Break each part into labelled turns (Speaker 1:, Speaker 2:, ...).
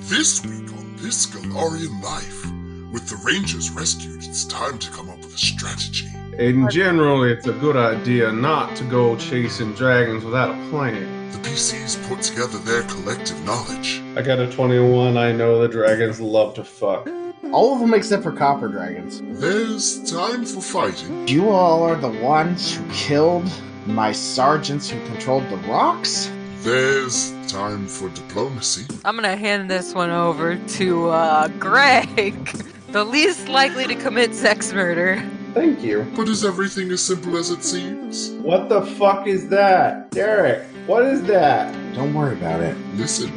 Speaker 1: This week on This Galarian Life, with the Rangers rescued, it's time to come up with a strategy.
Speaker 2: In general, it's a good idea not to go chasing dragons without a plan.
Speaker 1: The PCs put together their collective knowledge.
Speaker 2: I got a 21. I know the dragons love to fuck.
Speaker 3: All of them except for Copper Dragons.
Speaker 1: There's time for fighting.
Speaker 3: You all are the ones who killed my sergeants who controlled the rocks?
Speaker 1: There's time for diplomacy.
Speaker 4: I'm gonna hand this one over to uh, Greg, the least likely to commit sex murder.
Speaker 2: Thank you.
Speaker 1: But is everything as simple as it seems?
Speaker 2: What the fuck is that? Derek, what is that?
Speaker 3: Don't worry about it.
Speaker 1: Listen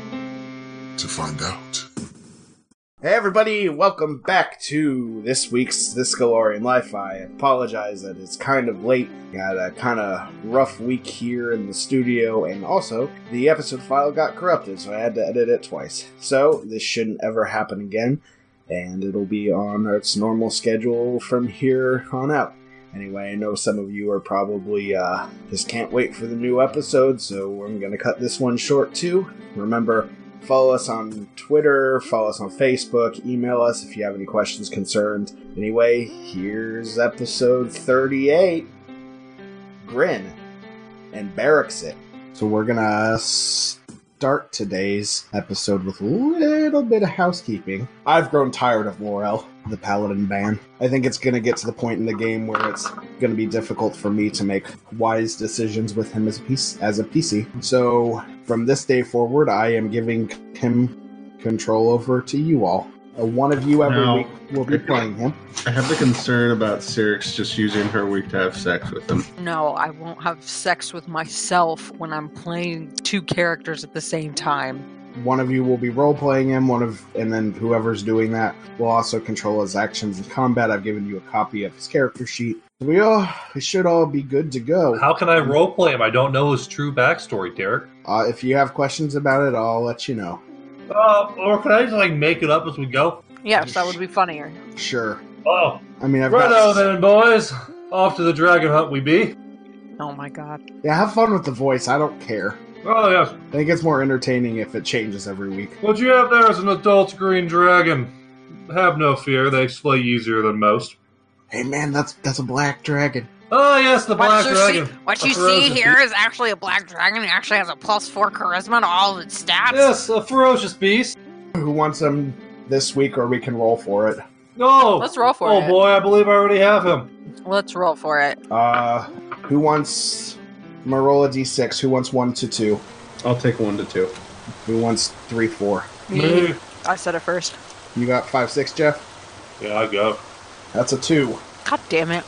Speaker 1: to find out.
Speaker 3: Hey everybody, welcome back to this week's This Galorian Life. I apologize that it's kind of late. Got a kind of rough week here in the studio, and also the episode file got corrupted, so I had to edit it twice. So this shouldn't ever happen again, and it'll be on its normal schedule from here on out. Anyway, I know some of you are probably uh, just can't wait for the new episode, so I'm going to cut this one short too. Remember, Follow us on Twitter, follow us on Facebook, email us if you have any questions, concerns. Anyway, here's episode 38 Grin and Barracks It. So we're gonna start today's episode with a little bit of housekeeping. I've grown tired of Laurel, the Paladin ban. I think it's gonna get to the point in the game where it's gonna be difficult for me to make wise decisions with him as a piece as a PC. So from this day forward, I am giving him control over to you all. Uh, One of you every
Speaker 2: No.
Speaker 3: week will be playing him.
Speaker 2: I have the concern about Syrinx just using her week to have sex with him.
Speaker 4: No, I won't have sex with myself when I'm playing two characters at the same time.
Speaker 3: one of you will be role playing him one of and then whoever's doing that will also control his actions in combat i've given you a copy of his character sheet we all we should all be good to go
Speaker 5: How can I roleplay him? I don't know his true backstory, Derek.
Speaker 3: uh, if you have questions about it i'll let you know
Speaker 5: Uh, or can I just like make it up as we go?
Speaker 4: Yes, that would be funnier.
Speaker 3: sure
Speaker 5: Oh,
Speaker 3: i mean i've
Speaker 5: righto
Speaker 3: got
Speaker 5: then, boys. Off to the dragon hunt we be.
Speaker 4: Oh my god.
Speaker 3: yeah have fun with the voice i don't care
Speaker 5: Oh yes.
Speaker 3: i think it's more entertaining if it changes every week
Speaker 5: What you have there is an adult green dragon. Have no fear; they slay easier than most.
Speaker 3: hey man that's that's a black dragon
Speaker 5: Ah, yes, the black
Speaker 4: What you see,
Speaker 5: dragon.
Speaker 4: what
Speaker 5: A
Speaker 4: you see
Speaker 5: ferocious
Speaker 4: here
Speaker 5: beast.
Speaker 4: is actually a black dragon who actually has a plus four charisma to all of its stats.
Speaker 5: Yes, a ferocious beast.
Speaker 3: who wants him this week or we can roll for it
Speaker 5: No.
Speaker 4: Let's roll for
Speaker 5: oh
Speaker 4: it.
Speaker 5: boy, I believe I already have him.
Speaker 4: Let's roll for it.
Speaker 3: uh who wants Marola d6 who wants one to two
Speaker 2: I'll take one to two.
Speaker 3: who wants three four
Speaker 4: Me. I said it first.
Speaker 3: You got five six, Jeff.
Speaker 5: Yeah, I go.
Speaker 3: That's a two.
Speaker 4: God damn it.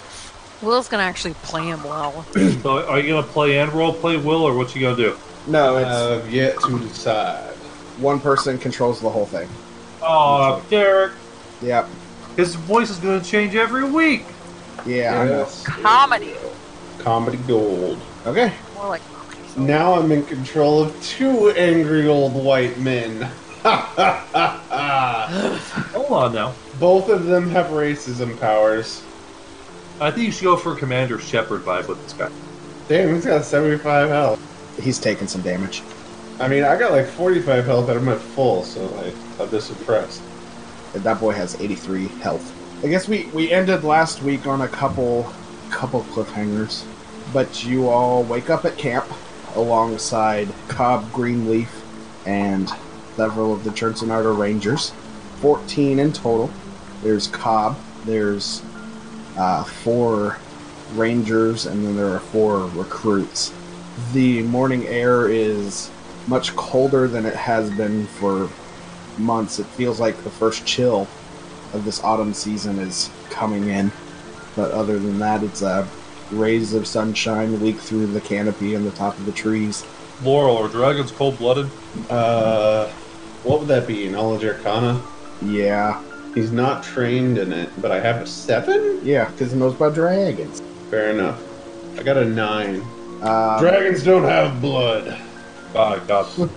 Speaker 4: Will's gonna actually play him well.
Speaker 5: so, are you gonna play and roleplay Will, or what you gonna do?
Speaker 3: No, it's
Speaker 2: have yet to decide.
Speaker 3: one person controls the whole thing.
Speaker 5: Oh, Derek,
Speaker 3: Yep.
Speaker 5: his voice is gonna change every week.
Speaker 3: Yeah. I know.
Speaker 4: Comedy.
Speaker 2: Comedy gold.
Speaker 3: Okay.
Speaker 4: More like
Speaker 2: Now I'm in control of two angry old white men. Ha ha ha ha!
Speaker 5: Hold on now.
Speaker 2: Both of them have racism powers.
Speaker 5: I think you should go for Commander Shepard vibe with this guy.
Speaker 2: Damn, he's got 75 health.
Speaker 3: He's taking some damage.
Speaker 2: I mean, I got like 45 health, but I'm at full, so like, I'm just impressed.
Speaker 3: That boy has eighty three health. I guess we we ended last week on a couple couple cliffhangers, but you all wake up at camp alongside Cobb Greenleaf and several of the Churnsonardo Rangers. Fourteen in total. There's Cobb. There's uh, four rangers, and then there are four recruits. The morning air is much colder than it has been for months. It feels like the first chill of this autumn season is coming in. But other than that, it's uh, rays of sunshine leak through the canopy and the top of the trees.
Speaker 5: Laurel, are dragons cold blooded?
Speaker 2: Uh, what would that be? Knowledge Arcana?
Speaker 3: Yeah,
Speaker 2: He's not trained in it, but I have a 7?
Speaker 3: yeah, because it knows about dragons.
Speaker 2: Fair enough. I got a 9.
Speaker 3: Uh,
Speaker 2: Dragons don't have blood.
Speaker 5: Ah, God.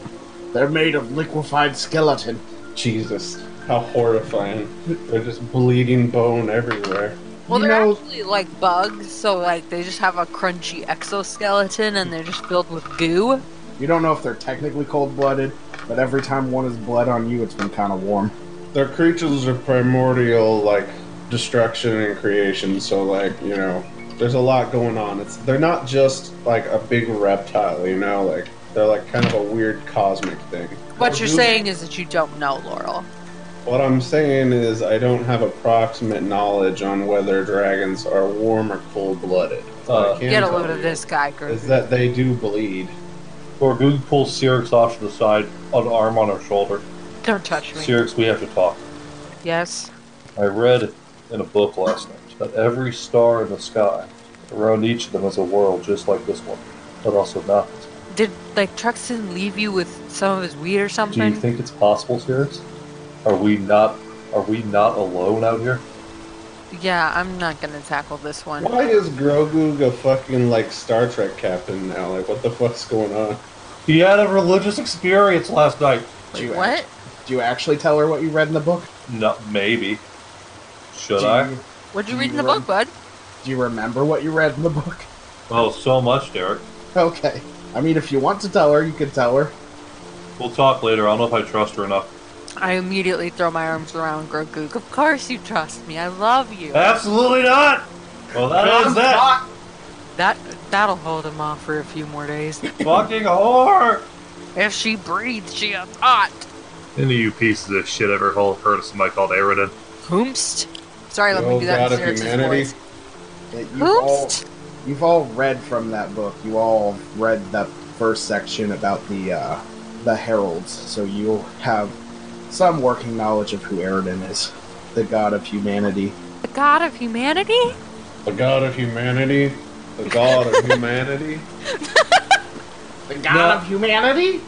Speaker 3: they're made of liquefied skeleton.
Speaker 2: Jesus, how horrifying. They're just bleeding bone everywhere.
Speaker 4: Well,
Speaker 3: You
Speaker 4: they're
Speaker 3: know-
Speaker 4: actually like bugs, so like they just have a crunchy exoskeleton and they're just filled with goo.
Speaker 3: You don't know if they're technically cold blooded, But every time one has bled on you, it's been kind of warm.
Speaker 2: Their creatures are primordial, like destruction and creation. So, like you know, there's a lot going on. It's they're not just like a big reptile, you know. Like they're like kind of a weird cosmic thing.
Speaker 4: What you're saying is that you don't know, Laurel.
Speaker 2: What I'm saying is, I don't have approximate knowledge on whether dragons are warm or cold blooded.
Speaker 5: Uh,
Speaker 4: Get a load of this guy,
Speaker 2: Is
Speaker 4: Groot.
Speaker 2: that they do bleed.
Speaker 5: Gorgoog pulls Sirix off to the side, an arm on her shoulder.
Speaker 4: Don't touch me.
Speaker 5: Sirix, we have to talk.
Speaker 4: Yes.
Speaker 5: I read in a book last night that every star in the sky, around each of them is a world just like this one, but also not.
Speaker 4: Did like Truxton leave you with some of his weed or
Speaker 5: Do you
Speaker 4: something?
Speaker 5: think it's possible, Sirix? Are we not are we not alone out here?
Speaker 4: yeah, I'm not gonna tackle this one.
Speaker 2: Why is Grogu a fucking like Star Trek captain now? Like, what the fuck's going on?
Speaker 5: He had a religious experience last night.
Speaker 3: Do
Speaker 4: Wait,
Speaker 3: you
Speaker 4: what?
Speaker 3: Act- do you actually tell her what you read in the book?
Speaker 5: No, maybe. Should
Speaker 3: do
Speaker 5: I?
Speaker 3: You,
Speaker 4: What'd you
Speaker 3: Do
Speaker 4: read in
Speaker 3: you
Speaker 4: the book, bud?
Speaker 3: do you remember what you read in the book?
Speaker 5: Oh, so much, Derek.
Speaker 3: Okay. I mean, if you want to tell her, you can tell her.
Speaker 5: We'll talk later. I don't know if I trust her enough.
Speaker 4: I immediately throw my arms around Grogu. Of course you trust me. I love you.
Speaker 5: Absolutely not. Well, that is that
Speaker 4: That that'll hold him off for a few more days.
Speaker 5: fucking whore.
Speaker 4: if she breathes, she is hot.
Speaker 5: Any of you pieces of shit ever heard of somebody called Aridin?
Speaker 4: Whomst. Sorry, let
Speaker 2: The
Speaker 4: me
Speaker 2: old
Speaker 4: do that
Speaker 2: god
Speaker 4: in
Speaker 2: of
Speaker 4: Sirix's
Speaker 2: humanity.
Speaker 4: voice.
Speaker 3: That you've, all,
Speaker 4: Whomst.
Speaker 3: you've all read from that book. You all read that first section about the uh, the heralds, so you'll have some working knowledge of who Eridan is, the god of humanity.
Speaker 4: The god of humanity?
Speaker 2: The god of humanity? The god of humanity?
Speaker 3: The
Speaker 5: god No. of
Speaker 3: humanity?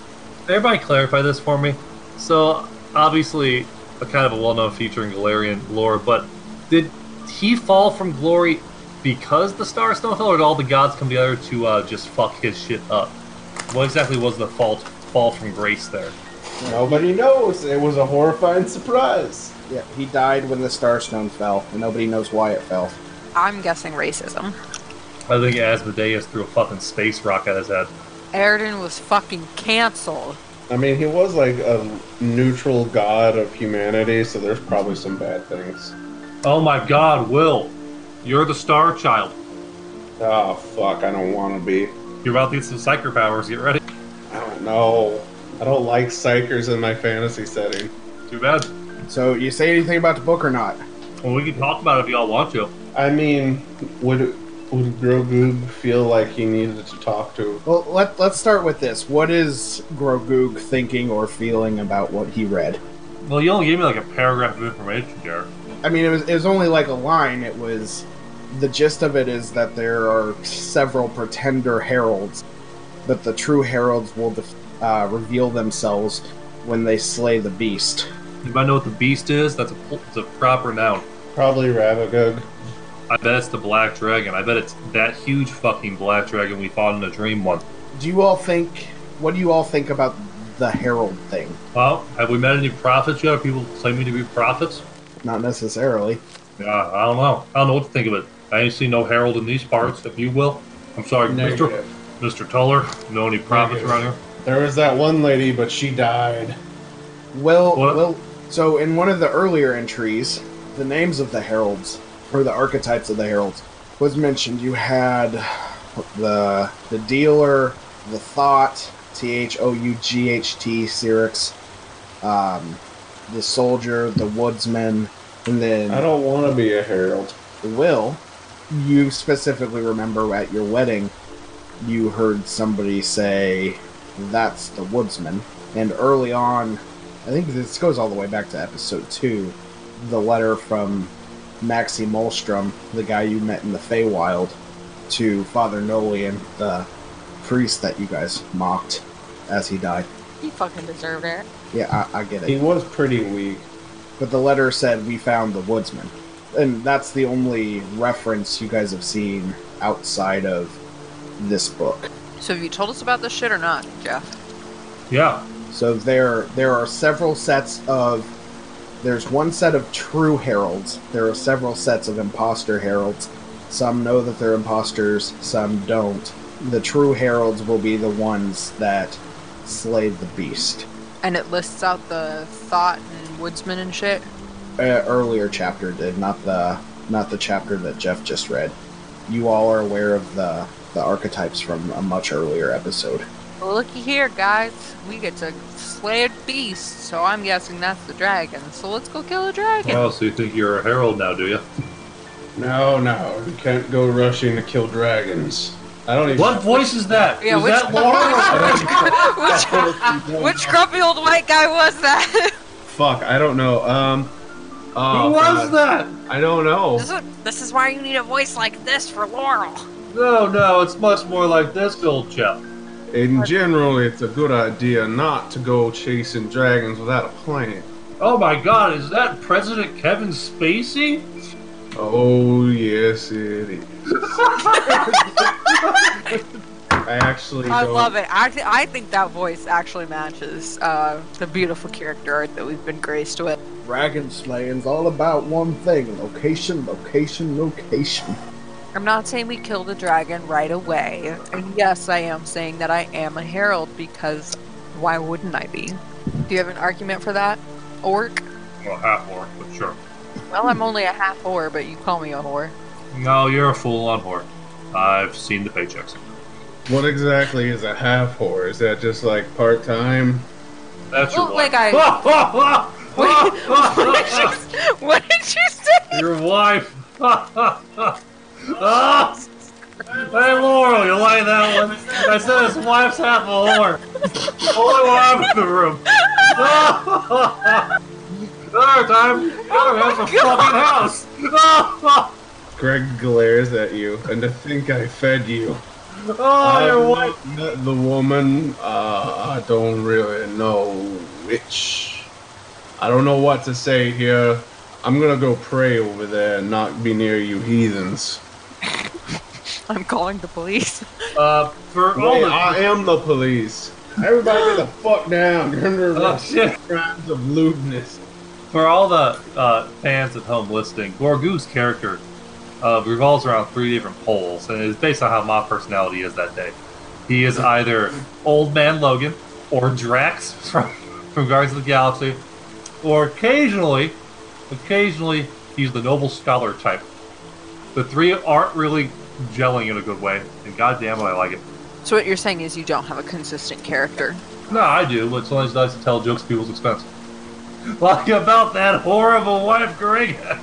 Speaker 5: Everybody clarify this for me. So, obviously, a kind of a well-known feature in Galarian lore, but did he fall from glory because the stars don't fell, or did all the gods come together to uh, just fuck his shit up? What exactly was the fault fall from grace there?
Speaker 2: Nobody knows. It was a horrifying surprise.
Speaker 3: Yeah, he died when the Starstone fell, and nobody knows why it fell.
Speaker 4: I'm guessing racism.
Speaker 5: I think Asmodeus threw a fucking space rock at his head.
Speaker 4: Aridin was fucking canceled.
Speaker 2: I mean, he was like a neutral god of humanity, so there's probably some bad things.
Speaker 5: Oh my God, Will, you're the star child.
Speaker 2: Oh, fuck. I don't want to be.
Speaker 5: You're about to get some psyker powers. Get ready.
Speaker 2: I don't know. I don't like psychers in my fantasy setting.
Speaker 5: Too bad.
Speaker 3: So, you say anything about the book or not?
Speaker 5: Well, we can talk about it if y'all want to.
Speaker 2: I mean, would would Grogu feel like he needed to talk to?
Speaker 3: Well, let, let's start with this. What is Grogoog thinking or feeling about what he read?
Speaker 5: Well, you only gave me like a paragraph of information, Jared.
Speaker 3: I mean, it was, it was only like a line. It was. The gist of it is that there are several pretender heralds, but the true heralds will def- uh, reveal themselves when they slay the beast.
Speaker 5: Anybody know what the beast is? That's a, pl- it's a proper noun.
Speaker 2: Probably Ravagug.
Speaker 5: I bet it's the black dragon. I bet it's that huge fucking black dragon we fought in a dream once.
Speaker 3: Do you all think. What do you all think about the herald thing?
Speaker 5: Well, have we met any prophets yet? Are people claiming to be prophets?
Speaker 3: Not necessarily.
Speaker 5: Yeah, I don't know. I don't know what to think of it. I ain't seen no herald in these parts, if you will. I'm sorry, Mr.
Speaker 2: Negative.
Speaker 5: Mr. Tuller. Know any prophets
Speaker 2: Negative.
Speaker 5: around here?
Speaker 2: There was that one lady, but she died.
Speaker 3: Well,
Speaker 5: What?
Speaker 3: well. So in one of the earlier entries, the names of the heralds or the archetypes of the heralds was mentioned. You had the the dealer, the thought, T H O U G H T, Cyrix, um, the soldier, the woodsman, and then
Speaker 2: I don't want to be a herald.
Speaker 3: Will, you specifically remember at your wedding, you heard somebody say, That's the woodsman. And early on, I think this goes all the way back to episode two, the letter from Maxi Molstrom, the guy you met in the Feywild, to Father Nolian, the priest that you guys mocked as he died.
Speaker 4: He fucking deserved it.
Speaker 3: Yeah, I, I get it.
Speaker 2: He was pretty weak.
Speaker 3: But the letter said, We found the woodsman. And that's the only reference you guys have seen outside of this book.
Speaker 4: So have you told us about this shit or not, Jeff?
Speaker 5: Yeah.
Speaker 3: So there there are several sets of there's one set of true heralds. There are several sets of imposter heralds. Some know that they're imposters, some don't. The true heralds will be the ones that slay the beast.
Speaker 4: And it lists out the thought and woodsman and shit.
Speaker 3: uh, earlier chapter did, not the not the chapter that Jeff just read. You all are aware of the the archetypes from a much earlier episode.
Speaker 4: Well, looky here, guys. We get to slay a beast, so I'm guessing that's the dragon. So let's go kill a dragon.
Speaker 5: Oh, so you think you're a herald now, do you?
Speaker 2: No, no, you can't go rushing to kill dragons. I don't even.
Speaker 5: What voice is that?
Speaker 4: Yeah,
Speaker 5: Is
Speaker 4: which-
Speaker 5: that
Speaker 4: which,
Speaker 5: Laura?
Speaker 4: which grumpy old white guy was that?
Speaker 2: Fuck, I don't know. Um.
Speaker 5: Who was that?
Speaker 2: I don't know.
Speaker 4: this, is, this is why you need a voice like this for Laurel.
Speaker 5: No, Oh, no, it's much more like this old chap.
Speaker 2: In general, it's a good idea not to go chasing dragons without a plan.
Speaker 5: Oh my god, is that President Kevin Spacey?
Speaker 2: Oh yes, it is. I actually.
Speaker 4: I
Speaker 2: don't-
Speaker 4: love it. I, th- I think that voice actually matches uh, the beautiful character art that we've been graced with.
Speaker 3: Dragon slaying's all about one thing: location, location, location.
Speaker 4: I'm not saying we kill the dragon right away. And yes, I am saying that I am a herald because why wouldn't I be? Do you have an argument for that? Orc?
Speaker 5: Well, half orc, but sure.
Speaker 4: Well, I'm only a half whore, but you call me a whore.
Speaker 5: No, you're a full on whore. I've seen the paychecks.
Speaker 2: What exactly is a half whore? Is that just like part time?
Speaker 5: That's your
Speaker 4: Well,
Speaker 5: wife.
Speaker 4: like I-
Speaker 5: Ah, ah, ah, ah, ah,
Speaker 4: what, did
Speaker 5: ah,
Speaker 4: you, what did you say?
Speaker 5: ah. your wife. Ah, ah, ah. Ah. Hey, Laurel, you like that one? I said his wife's half a whore. Only wife in the room. Ah, ah, ah. Another time, Connor has a fucking house. Ah, ah,
Speaker 2: Greg glares at you, and to think I fed you.
Speaker 5: ah, your wife.
Speaker 2: Met the woman. Uh, I don't really know which. I don't know what to say here. I'm gonna go pray over there and not be near you heathens.
Speaker 4: I'm calling the police.
Speaker 5: Uh, for all
Speaker 2: Wait,
Speaker 5: the
Speaker 2: I am the police. Everybody get the fuck down. You're under
Speaker 5: Oh,
Speaker 2: arrest
Speaker 5: shit.
Speaker 2: for crimes of lewdness.
Speaker 5: For all the uh, fans at home listening, Gorgu's character uh, revolves around three different poles, and it's based on how my personality is that day. He is either Old Man Logan, or Drax from, from Guardians of the Galaxy, or occasionally, occasionally, he's the Noble Scholar type. The three aren't really gelling in a good way, and goddamn it, I like it.
Speaker 4: So what you're saying is you don't have a consistent character.
Speaker 5: No, I do, but sometimes I like to tell jokes at people's expense. Like about that horrible wife Greg. had.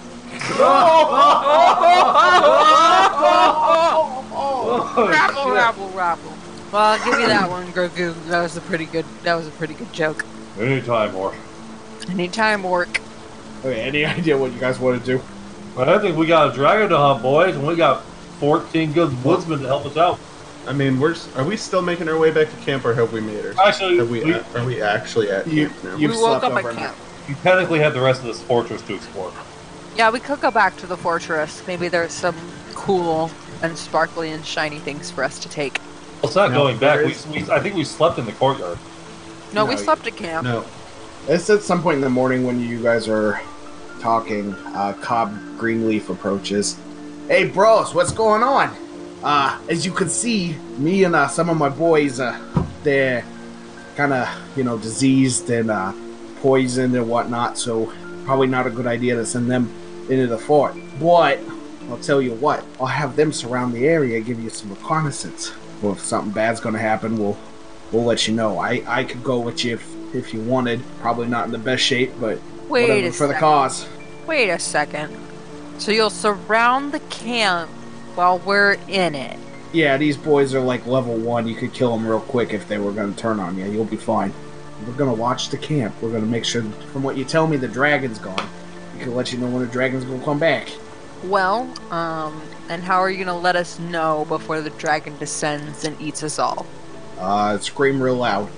Speaker 4: rabble, rabble, rabble. Well, I'll give you that one, Grogu. That was a pretty good. That was a pretty good joke.
Speaker 5: Anytime, or
Speaker 4: Anytime work.
Speaker 3: Okay, any idea what you guys want to do?
Speaker 5: But I think we got a dragon to hunt, boys, and we got 14 good woodsmen to help us out.
Speaker 2: I mean, we're s- are we still making our way back to camp, or have we made it?
Speaker 5: Actually,
Speaker 2: Are we,
Speaker 5: we-
Speaker 2: at- are we actually at
Speaker 3: You-
Speaker 2: camp now?
Speaker 3: you- You've
Speaker 4: we woke
Speaker 3: slept
Speaker 4: up at
Speaker 3: over now.
Speaker 4: camp.
Speaker 5: we technically have the rest of this fortress to explore.
Speaker 4: Yeah, we could go back to the fortress. Maybe there's some cool and sparkly and shiny things for us to take.
Speaker 5: Well, it's not
Speaker 2: No,
Speaker 5: going back.
Speaker 2: there
Speaker 5: We,
Speaker 2: is-
Speaker 5: we, I think we slept in the courtyard.
Speaker 4: No, we
Speaker 3: No,
Speaker 4: slept at camp.
Speaker 2: no,
Speaker 3: It's at some point in the morning when you guys are talking. Uh, Cobb Greenleaf approaches. Hey, bros, what's going on? Uh, as you can see, me and uh, some of my boys, uh, they're kind of, you know, diseased and uh, poisoned and whatnot, so probably not a good idea to send them into the fort. But I'll tell you what, I'll have them surround the area, give you some reconnaissance. Well, if something bad's going to happen, we'll we'll let you know. I, I could go with you if, if you wanted. Probably not in the best shape, but
Speaker 4: Wait
Speaker 3: whatever
Speaker 4: a
Speaker 3: for the
Speaker 4: second.
Speaker 3: cause.
Speaker 4: Wait a second. So you'll surround the camp while we're in it.
Speaker 3: Yeah, these boys are like level one. You could kill them real quick if they were going to turn on you. You'll be fine. We're going to watch the camp. We're going to make sure, from what you tell me, the dragon's gone. We can let you know when the dragon's going to come back.
Speaker 4: Well, um, and how are you gonna let us know before the dragon descends and eats us all?
Speaker 3: Uh, scream real loud.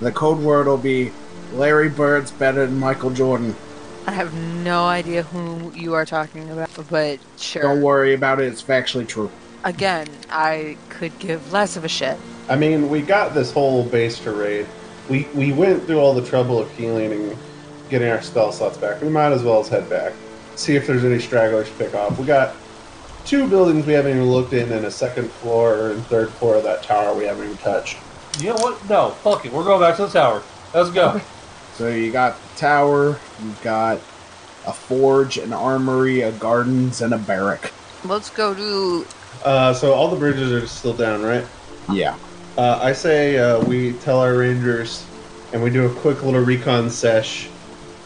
Speaker 3: The code word will be Larry Bird's better than Michael Jordan.
Speaker 4: I have no idea who you are talking about, but sure.
Speaker 3: Don't worry about it. It's factually true.
Speaker 4: Again, I could give less of a shit.
Speaker 2: I mean, we got this whole base to raid. We we went through all the trouble of healing and getting our spell slots back. We might as well as head back, see if there's any stragglers to pick off. We got two buildings we haven't even looked in, and a second floor and third floor of that tower we haven't even touched.
Speaker 5: You know what? No, fuck it. We're going back to the tower. Let's go.
Speaker 3: So you got tower, you've got a forge, an armory, a gardens, and a barrack.
Speaker 4: Let's go to.
Speaker 2: Uh, so all the bridges are still down, right?
Speaker 3: Yeah.
Speaker 2: Uh, I say uh, we tell our rangers, and we do a quick little recon sesh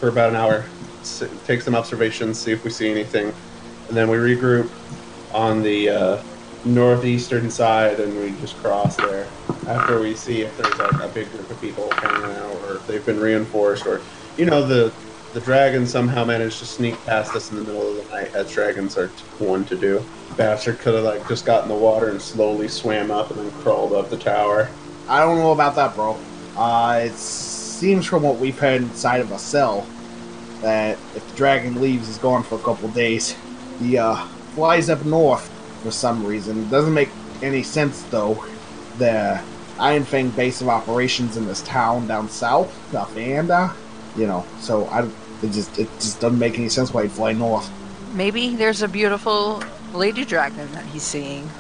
Speaker 2: for about an hour. S- take some observations, see if we see anything, and then we regroup on the uh, northeastern side, and we just cross there after we see if there's like a big group of people hanging out, or if they've been reinforced, or you know the the dragon somehow managed to sneak past us in the middle of the night, as dragons are one to do bastard could have like just got in the water and slowly swam up and then crawled up the tower.
Speaker 3: I don't know about that, bro. Uh, it seems from what we've had inside of a cell that if the dragon leaves, he's gone for a couple days. He uh, flies up north for some reason. It doesn't make any sense, though. The Iron Fang base of operations in this town down south, up and uh, you know, so I it just it just doesn't make any sense why he'd fly north.
Speaker 4: Maybe there's a beautiful lady dragon that he's seeing.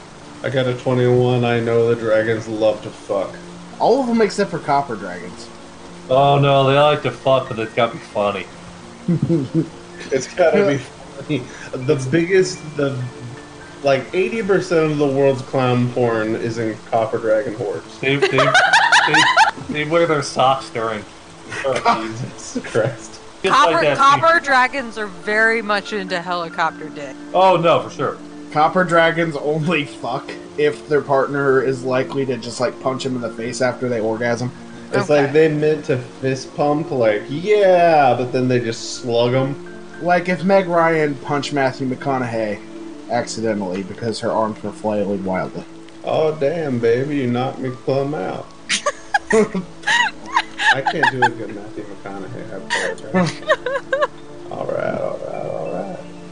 Speaker 2: I got a 21. I know the dragons love to fuck.
Speaker 3: All of them except for copper dragons.
Speaker 5: Oh no, they like to fuck, but it's gotta be funny.
Speaker 2: It's gotta be funny. The biggest, the like 80% of the world's clown porn is in copper dragon hordes.
Speaker 5: They they, they, they wear their socks during. Just
Speaker 2: Jesus Christ.
Speaker 5: like
Speaker 4: Copper,
Speaker 5: that scene.
Speaker 4: copper dragons are very much into helicopter dick.
Speaker 5: Oh no, for sure.
Speaker 3: Copper dragons only fuck if their partner is likely to just like punch him in the face after they orgasm.
Speaker 2: It's
Speaker 4: Okay.
Speaker 2: like they meant to fist pump, like, yeah, but then they just slug them.
Speaker 3: Like if Meg Ryan punched Matthew McConaughey accidentally because her arms were flailing wildly.
Speaker 2: Oh, damn, baby, you knocked me plumb out. I can't do a good Matthew McConaughey. I apologize. all right, all right, all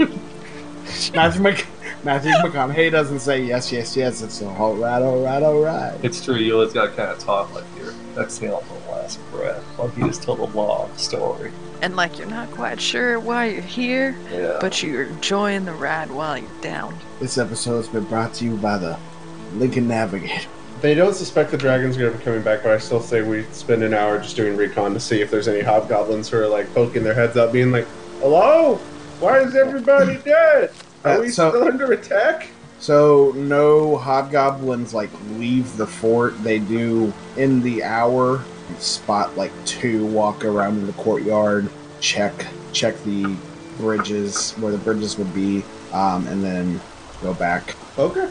Speaker 2: right.
Speaker 3: Matthew, Mc- Matthew McConaughey doesn't say yes, yes, yes. It's all right, all right, all right.
Speaker 5: It's true. You always gotta kind of talk like you're exhaling the last breath, like you just told a long story.
Speaker 4: And like you're not quite sure why you're here,
Speaker 5: Yeah.
Speaker 4: but you're enjoying the ride while you're down.
Speaker 3: This episode has been brought to you by the Lincoln Navigator.
Speaker 2: They don't suspect the dragon's gonna be coming back, but I still say we spend an hour just doing recon to see if there's any hobgoblins who are like poking their heads out, being like, "Hello, why is everybody dead? Are
Speaker 3: Uh,
Speaker 2: we
Speaker 3: so-
Speaker 2: still under attack?"
Speaker 3: So no hobgoblins like leave the fort. They do in the hour spot like two, walk around in the courtyard, check check the bridges where the bridges would be, um, and then go back
Speaker 2: Okay.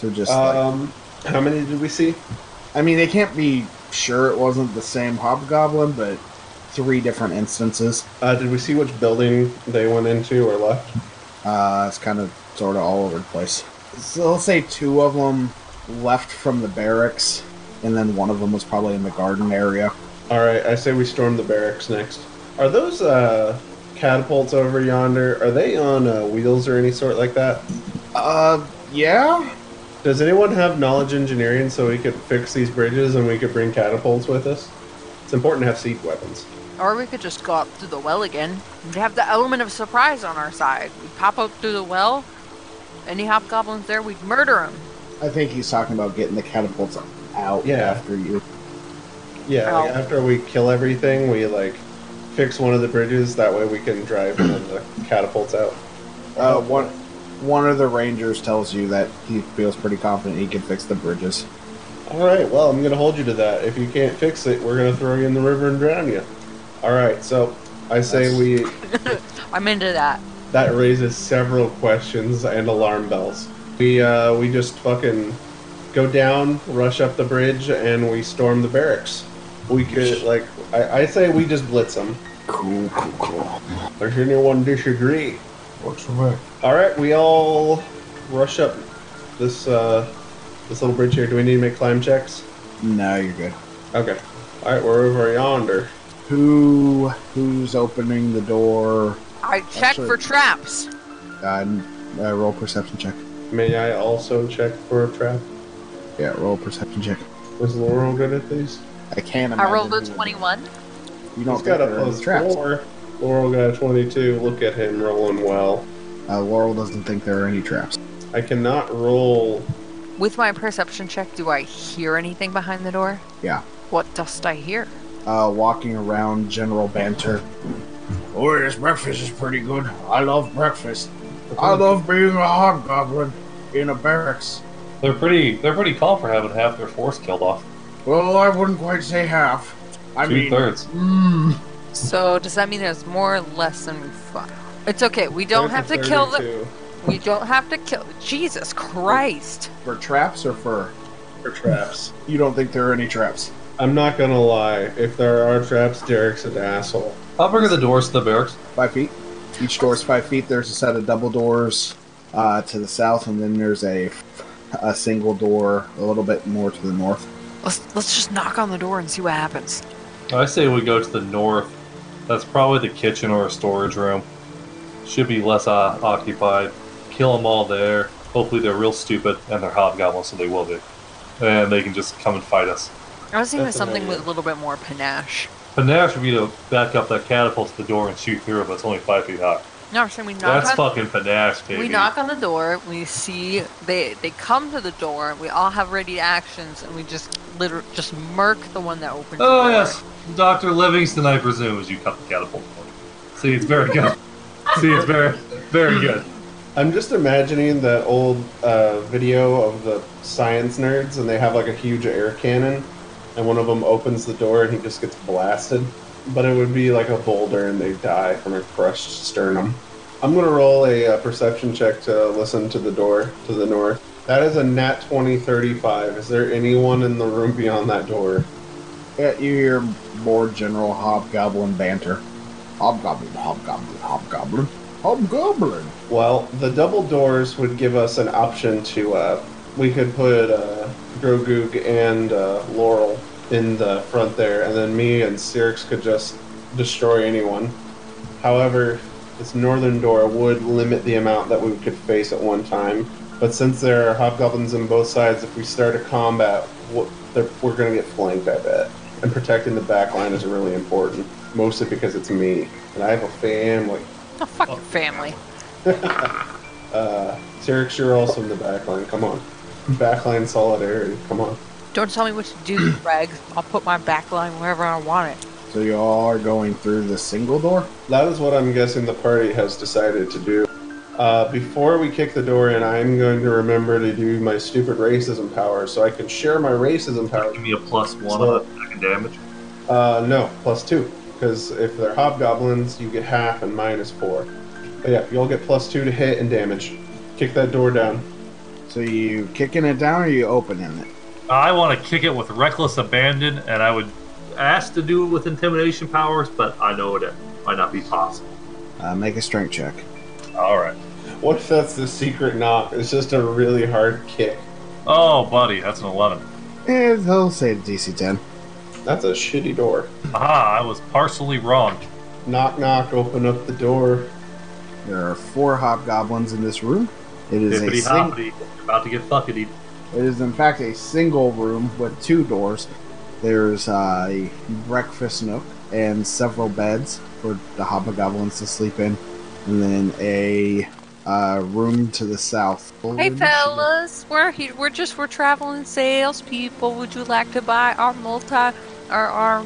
Speaker 3: to just. like,
Speaker 2: Um, how many did we see?
Speaker 3: I mean, they can't be sure it wasn't the same hobgoblin, but three different instances.
Speaker 2: Uh, did we see which building they went into or left?
Speaker 3: Uh, it's kind of sort of all over the place. So let's say two of them left from the barracks, and then one of them was probably in the garden area.
Speaker 2: All right, I say we storm the barracks next. Are those uh, catapults over yonder? Are they on uh, wheels or any sort like that?
Speaker 3: Uh, yeah.
Speaker 2: Does anyone have knowledge engineering so we could fix these bridges and we could bring catapults with us? It's important to have siege weapons.
Speaker 4: Or we could just go up through the well again. We have the element of surprise on our side. We pop up through the well, any hobgoblins there, we'd murder them.
Speaker 3: I think he's talking about getting the catapults out
Speaker 2: Yeah.
Speaker 3: after you.
Speaker 2: Yeah, like
Speaker 4: Ow.
Speaker 2: after we kill everything, we like fix one of the bridges. That way, we can drive one of the catapults out.
Speaker 3: Uh, one, one of the rangers tells you that he feels pretty confident he can fix the bridges.
Speaker 2: All right. Well, I'm gonna hold you to that. If you can't fix it, we're gonna throw you in the river and drown you. All right. So I say
Speaker 3: That's-
Speaker 2: we.
Speaker 4: I'm into that.
Speaker 2: That raises several questions and alarm bells. We uh, we just fucking go down, rush up the bridge, and we storm the barracks. We could like I, I say we just blitz them.
Speaker 3: Cool, cool, cool.
Speaker 2: Does anyone disagree?
Speaker 5: Works for me.
Speaker 2: All right, we all rush up this uh, this little bridge here. Do we need to make climb checks?
Speaker 3: No, you're good.
Speaker 2: Okay. All right, we're over yonder.
Speaker 3: Who, who's opening the door?
Speaker 4: I check
Speaker 3: Actually-
Speaker 4: for traps.
Speaker 3: Uh, uh, roll perception check.
Speaker 2: May I also check for a trap?
Speaker 3: Yeah, roll perception check.
Speaker 2: Is Laurel good at these?
Speaker 3: I can't imagine.
Speaker 4: I rolled a
Speaker 3: who-
Speaker 4: 21.
Speaker 3: You don't
Speaker 2: He's got a
Speaker 3: think there are
Speaker 2: plus
Speaker 3: traps.
Speaker 2: four. Laurel got a 22. Look at him rolling well.
Speaker 3: Uh, Laurel doesn't think there are any traps.
Speaker 2: I cannot roll.
Speaker 4: With my perception check, do I hear anything behind the door?
Speaker 3: Yeah.
Speaker 4: What dost I hear?
Speaker 3: uh, walking around general banter. Oh, this breakfast is pretty good. I love breakfast. I love being a hobgoblin in a barracks.
Speaker 5: They're pretty. They're pretty calm for having half their force killed off.
Speaker 3: Well, I wouldn't quite say half. I
Speaker 5: Two
Speaker 3: mean,
Speaker 5: thirds.
Speaker 3: mm,
Speaker 4: So does that mean there's more or less than we thought? It's okay. We don't have to kill the. We don't have to kill. Jesus Christ!
Speaker 3: for traps or for?
Speaker 2: for traps.
Speaker 3: You don't think there are any traps?
Speaker 2: I'm not gonna lie. If there are traps, Derek's an asshole.
Speaker 5: How big are the doors to the barracks?
Speaker 3: Five feet. Each door is five feet. There's a set of double doors uh, to the south, and then there's a a single door a little bit more to the north.
Speaker 4: Let's let's just knock on the door and see what happens.
Speaker 5: I say we go to the north. That's probably the kitchen or a storage room. Should be less uh, occupied. Kill them all there. Hopefully they're real stupid and they're hobgoblins, so they will be, and they can just come and fight us.
Speaker 4: I was thinking of
Speaker 2: That's an
Speaker 4: something with a
Speaker 2: idea.
Speaker 4: little bit more panache.
Speaker 5: Panache would be to back up that catapult to the door and shoot through it, but it's only five feet high.
Speaker 4: No, I'm saying we knock
Speaker 5: That's
Speaker 4: on.
Speaker 5: fucking panache, baby.
Speaker 4: We knock on the door. We see they they come to the door. We all have ready actions, and we just literally just murk the one that opens. the
Speaker 5: Oh
Speaker 4: door.
Speaker 5: yes, Doctor Livingston, I presume, is you cut the catapult. See, it's very good. See, it's very, very good.
Speaker 2: I'm just imagining the old uh, video of the science nerds, and they have like a huge air cannon, and one of them opens the door, and he just gets blasted. But it would be like a boulder, and they die from a crushed sternum. I'm gonna roll a uh, perception check to listen to the door to the north. That is a nat 2035. Is there anyone in the room beyond that door?
Speaker 3: Yeah, you hear more general hobgoblin banter. Hobgoblin, hobgoblin, hobgoblin, hobgoblin.
Speaker 2: Well, the double doors would give us an option to. Uh, we could put uh, Grogug and uh, Laurel in the front there, and then me and Cyrix could just destroy anyone. However, this northern door would limit the amount that we could face at one time. But since there are hobgoblins on both sides, if we start a combat, wh- they're- we're going to get flanked, I bet. And protecting the back line is really important, mostly because it's me, and I have a family.
Speaker 4: Oh, fuck your family.
Speaker 2: Uh, Terex, you're also in the back line. Come on. Back line solidarity. Come on.
Speaker 4: Don't tell me what to do, Greg. I'll put my back line wherever I want it.
Speaker 3: So you all are going through the single door.
Speaker 2: That is what I'm guessing the party has decided to do. Uh, before we kick the door in, I'm going to remember to do my stupid racism power so I can share my racism power.
Speaker 5: Give me a plus one
Speaker 2: So-
Speaker 5: on second damage.
Speaker 2: Uh, no, plus two. Because if they're hobgoblins, you get half and minus four. But yeah, you'll get plus two to hit and damage. Kick that door down.
Speaker 3: So you kicking it down or you opening it?
Speaker 5: I want to kick it with reckless abandon, and I would ask to do it with intimidation powers, but I know it might not be possible.
Speaker 3: Uh, make a strength check.
Speaker 5: All right.
Speaker 2: What if that's the secret knock? It's just a really hard kick.
Speaker 5: Oh, buddy, that's an eleven.
Speaker 3: Eh, they'll say DC 10.
Speaker 2: That's a shitty door.
Speaker 5: Aha! I was partially wrong.
Speaker 2: Knock, knock, open up the door.
Speaker 3: There are four hobgoblins in this room. It is a
Speaker 5: Hippity
Speaker 3: sing-
Speaker 5: hoppity, about to get fuckety.
Speaker 3: It is in fact a single room with two doors. There's uh, a breakfast nook and several beds for the hobgoblins to sleep in, and then a uh, room to the south.
Speaker 4: Hey, fellas, we're here. We're just we're traveling salespeople. Would you like to buy our multi our our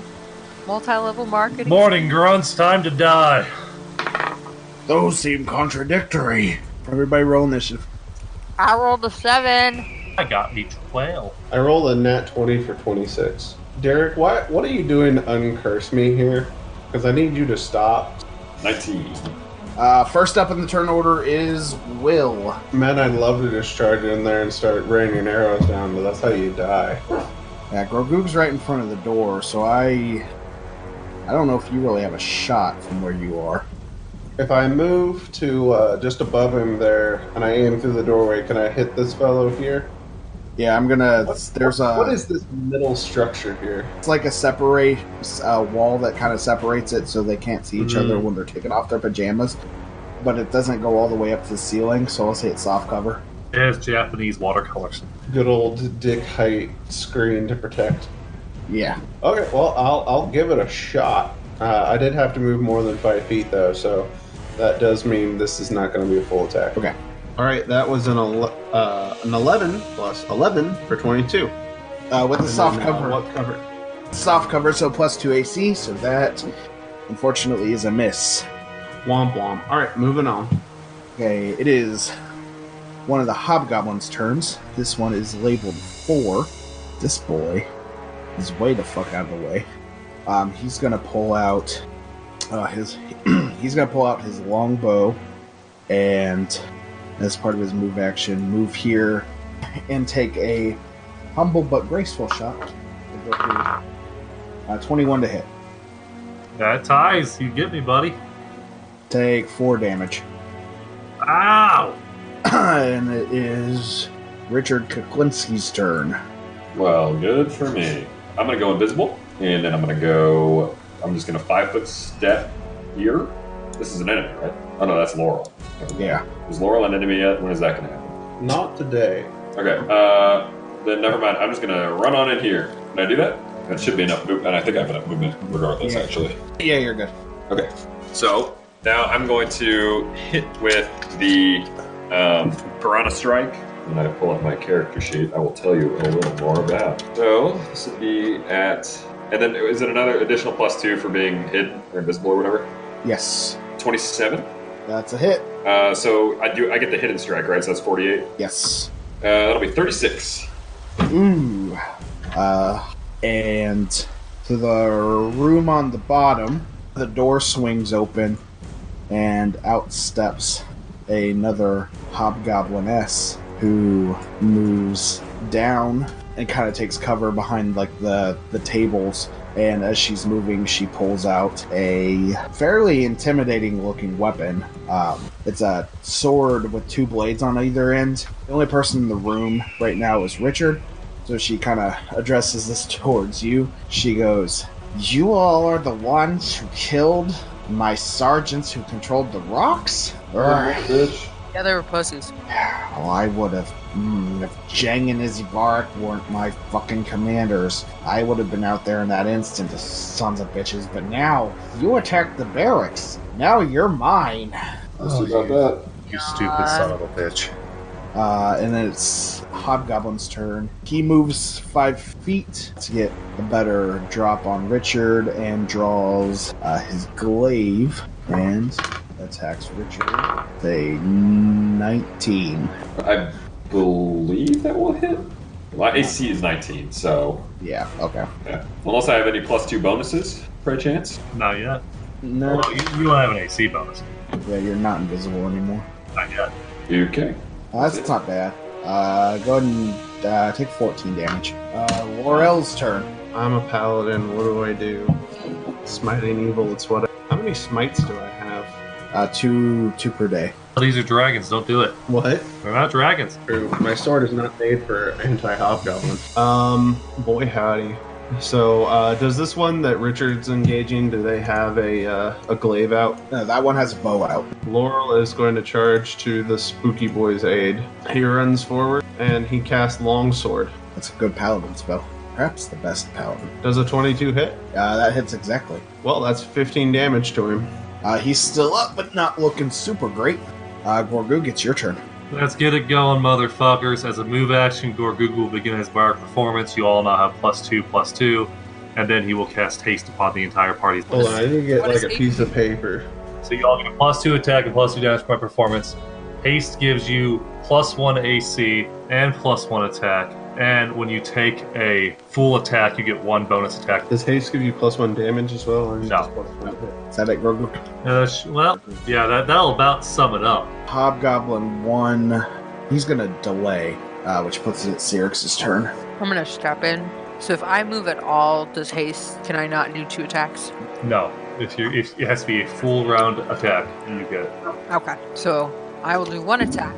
Speaker 4: multi-level marketing?
Speaker 5: Morning, grunts. Time to die.
Speaker 3: Those seem contradictory. Everybody roll initiative.
Speaker 4: I rolled a seven.
Speaker 5: I got a twelve.
Speaker 2: I rolled a nat 20 for 26. Derek, why, what are you doing to uncurse me here? Because I need you to stop.
Speaker 6: 19.
Speaker 3: Uh, first up in the turn order is Will.
Speaker 2: Man, I'd love to just charge in there and start raining arrows down, but that's how you die.
Speaker 3: Yeah, Grogoog's right in front of the door, so I. I don't know if you really have a shot from where you are.
Speaker 2: If I move to uh, just above him there and I aim through the doorway, can I hit this fellow here?
Speaker 3: Yeah, I'm gonna.
Speaker 2: What's-
Speaker 3: there's a.
Speaker 2: What is this middle structure here?
Speaker 3: It's like a separate uh, wall that kind of separates it so they can't see each
Speaker 2: Mhm.
Speaker 3: other when they're taking off their pajamas. But it doesn't go all the way up to the ceiling, so I'll say it's soft cover.
Speaker 5: There's Japanese watercolors.
Speaker 2: Good old dick height screen to protect.
Speaker 3: Yeah.
Speaker 2: Okay, well, I'll, I'll give it a shot. Uh, I did have to move more than five feet, though, so that does mean this is not going to be a full attack.
Speaker 3: Okay.
Speaker 2: All right, that was an, ele- uh, an 11 plus 11 for 22.
Speaker 3: Uh, with the soft
Speaker 2: And then, uh,
Speaker 3: cover,
Speaker 2: what cover?
Speaker 3: Soft cover, so plus 2 AC, so that unfortunately is a miss.
Speaker 2: Womp womp. All right, moving on.
Speaker 3: Okay, it is one of the hobgoblins' turns. This one is labeled 4. This boy is way the fuck out of the way. Um, he's gonna pull out uh, his he's gonna pull out his longbow and as part of his move action, move here and take a humble but graceful shot. To go through. Uh, 21 to hit.
Speaker 5: That ties. You get me, buddy.
Speaker 3: Take 4 damage.
Speaker 5: Ow!
Speaker 3: and it is Richard Kuklinski's turn.
Speaker 6: Well, good for me. I'm gonna go invisible, and then I'm gonna go. I'm just gonna five foot step here. This is an enemy, right? Oh no, that's Laurel.
Speaker 3: Yeah.
Speaker 6: Is Laurel an enemy yet? When is that gonna happen?
Speaker 2: Not today.
Speaker 6: Okay. Uh, then never mind. I'm just gonna run on in here. Can I do that? That should be enough movement, and I think I have enough movement regardless,
Speaker 3: Yeah.
Speaker 6: actually.
Speaker 3: Yeah, you're good.
Speaker 6: So now I'm going to hit with the um, Piranha Strike. When I pull up my character sheet, I will tell you a little more about. So this would be at, and then is it another additional plus two for being hidden or invisible or whatever?
Speaker 3: Yes.
Speaker 6: Twenty-seven.
Speaker 3: That's a hit.
Speaker 6: Uh, so I do. I get the hidden strike, right? So that's forty-eight. Uh,
Speaker 3: Yes.
Speaker 6: that'll be thirty-six.
Speaker 3: Ooh. Uh, and to the room on the bottom, the door swings open, and out steps another hobgobliness who moves down and kind of takes cover behind like the the tables. And as she's moving, she pulls out a fairly intimidating looking weapon. Um, it's a sword with two blades on either end. The only person in the room right now is Richard. So she kind of addresses this towards you. She goes, You all are the ones who killed my sergeants who controlled the rocks? Urgh.
Speaker 2: Bitch.
Speaker 4: Yeah, they were pussies.
Speaker 3: Well, Oh, I would have. Mm, if Jang and Izivarik weren't my fucking commanders, I would have been out there in that instant, the sons of bitches. But now, you attacked the barracks. Now you're mine.
Speaker 2: Let's do
Speaker 3: Oh,
Speaker 2: about that.
Speaker 7: You stupid son of a bitch.
Speaker 3: Uh, and then it's Hobgoblin's turn. He moves five feet to get a better drop on Richard and draws uh, his glaive and attacks Richard. with A 19.
Speaker 6: I believe that will hit. My AC is nineteen, so
Speaker 3: Yeah, okay.
Speaker 6: yeah. unless I have any plus two bonuses, per chance.
Speaker 5: Not yet.
Speaker 3: No.
Speaker 5: No, you, you don't have an AC bonus.
Speaker 3: Yeah, you're not invisible anymore.
Speaker 5: Not yet.
Speaker 6: Okay.
Speaker 3: Uh, that's, that's not bad. Uh, go ahead and uh, take 14 damage. Uh, Laurel's turn.
Speaker 2: I'm a paladin. What do I do? Smiting evil. It's what. I- How many smites do I have?
Speaker 3: Uh, two, two per day.
Speaker 5: These are dragons. Don't do it.
Speaker 2: What?
Speaker 5: They're not dragons.
Speaker 2: True. My sword is not made for anti hobgoblin. Um, boy howdy. So, uh, does this one that Richard's engaging? Do they have a uh, a glaive out?
Speaker 3: No, that one has a bow out.
Speaker 8: Laurel is going to charge to the spooky boy's aid. He runs forward and he casts longsword.
Speaker 3: That's a good paladin spell. Perhaps the best paladin.
Speaker 8: Does a 22 hit?
Speaker 3: Uh, that hits exactly.
Speaker 8: Well, that's 15 damage to him.
Speaker 3: Uh, he's still up, but not looking super great. Uh, Gorgu, it's your turn.
Speaker 5: Let's get it going, motherfuckers. As a move action, Gorgugu will begin his bardic performance. You all now have plus two, plus two, and then he will cast haste upon the entire party.
Speaker 8: Hold on, I need to get
Speaker 4: What
Speaker 8: like
Speaker 4: is
Speaker 8: a
Speaker 4: he-
Speaker 8: piece of paper.
Speaker 5: So you all get a plus two attack and plus two damage by performance. Haste gives you plus one AC and plus one attack. And when you take a full attack, you get one bonus attack.
Speaker 8: Does haste give you plus one damage as well? Or is it
Speaker 5: No.
Speaker 8: just plus one hit?
Speaker 3: Is that it, Gorgu?
Speaker 5: Uh, sh- well, yeah, that, that'll about sum it up.
Speaker 3: Hobgoblin 1. He's going to delay, uh, which puts it at Cyrix's turn.
Speaker 4: I'm gonna strap in. So if I move at all, does haste? Can I not do two attacks?
Speaker 5: No, if you if it has to be a full round attack, you get it.
Speaker 4: Okay. So I will do one attack.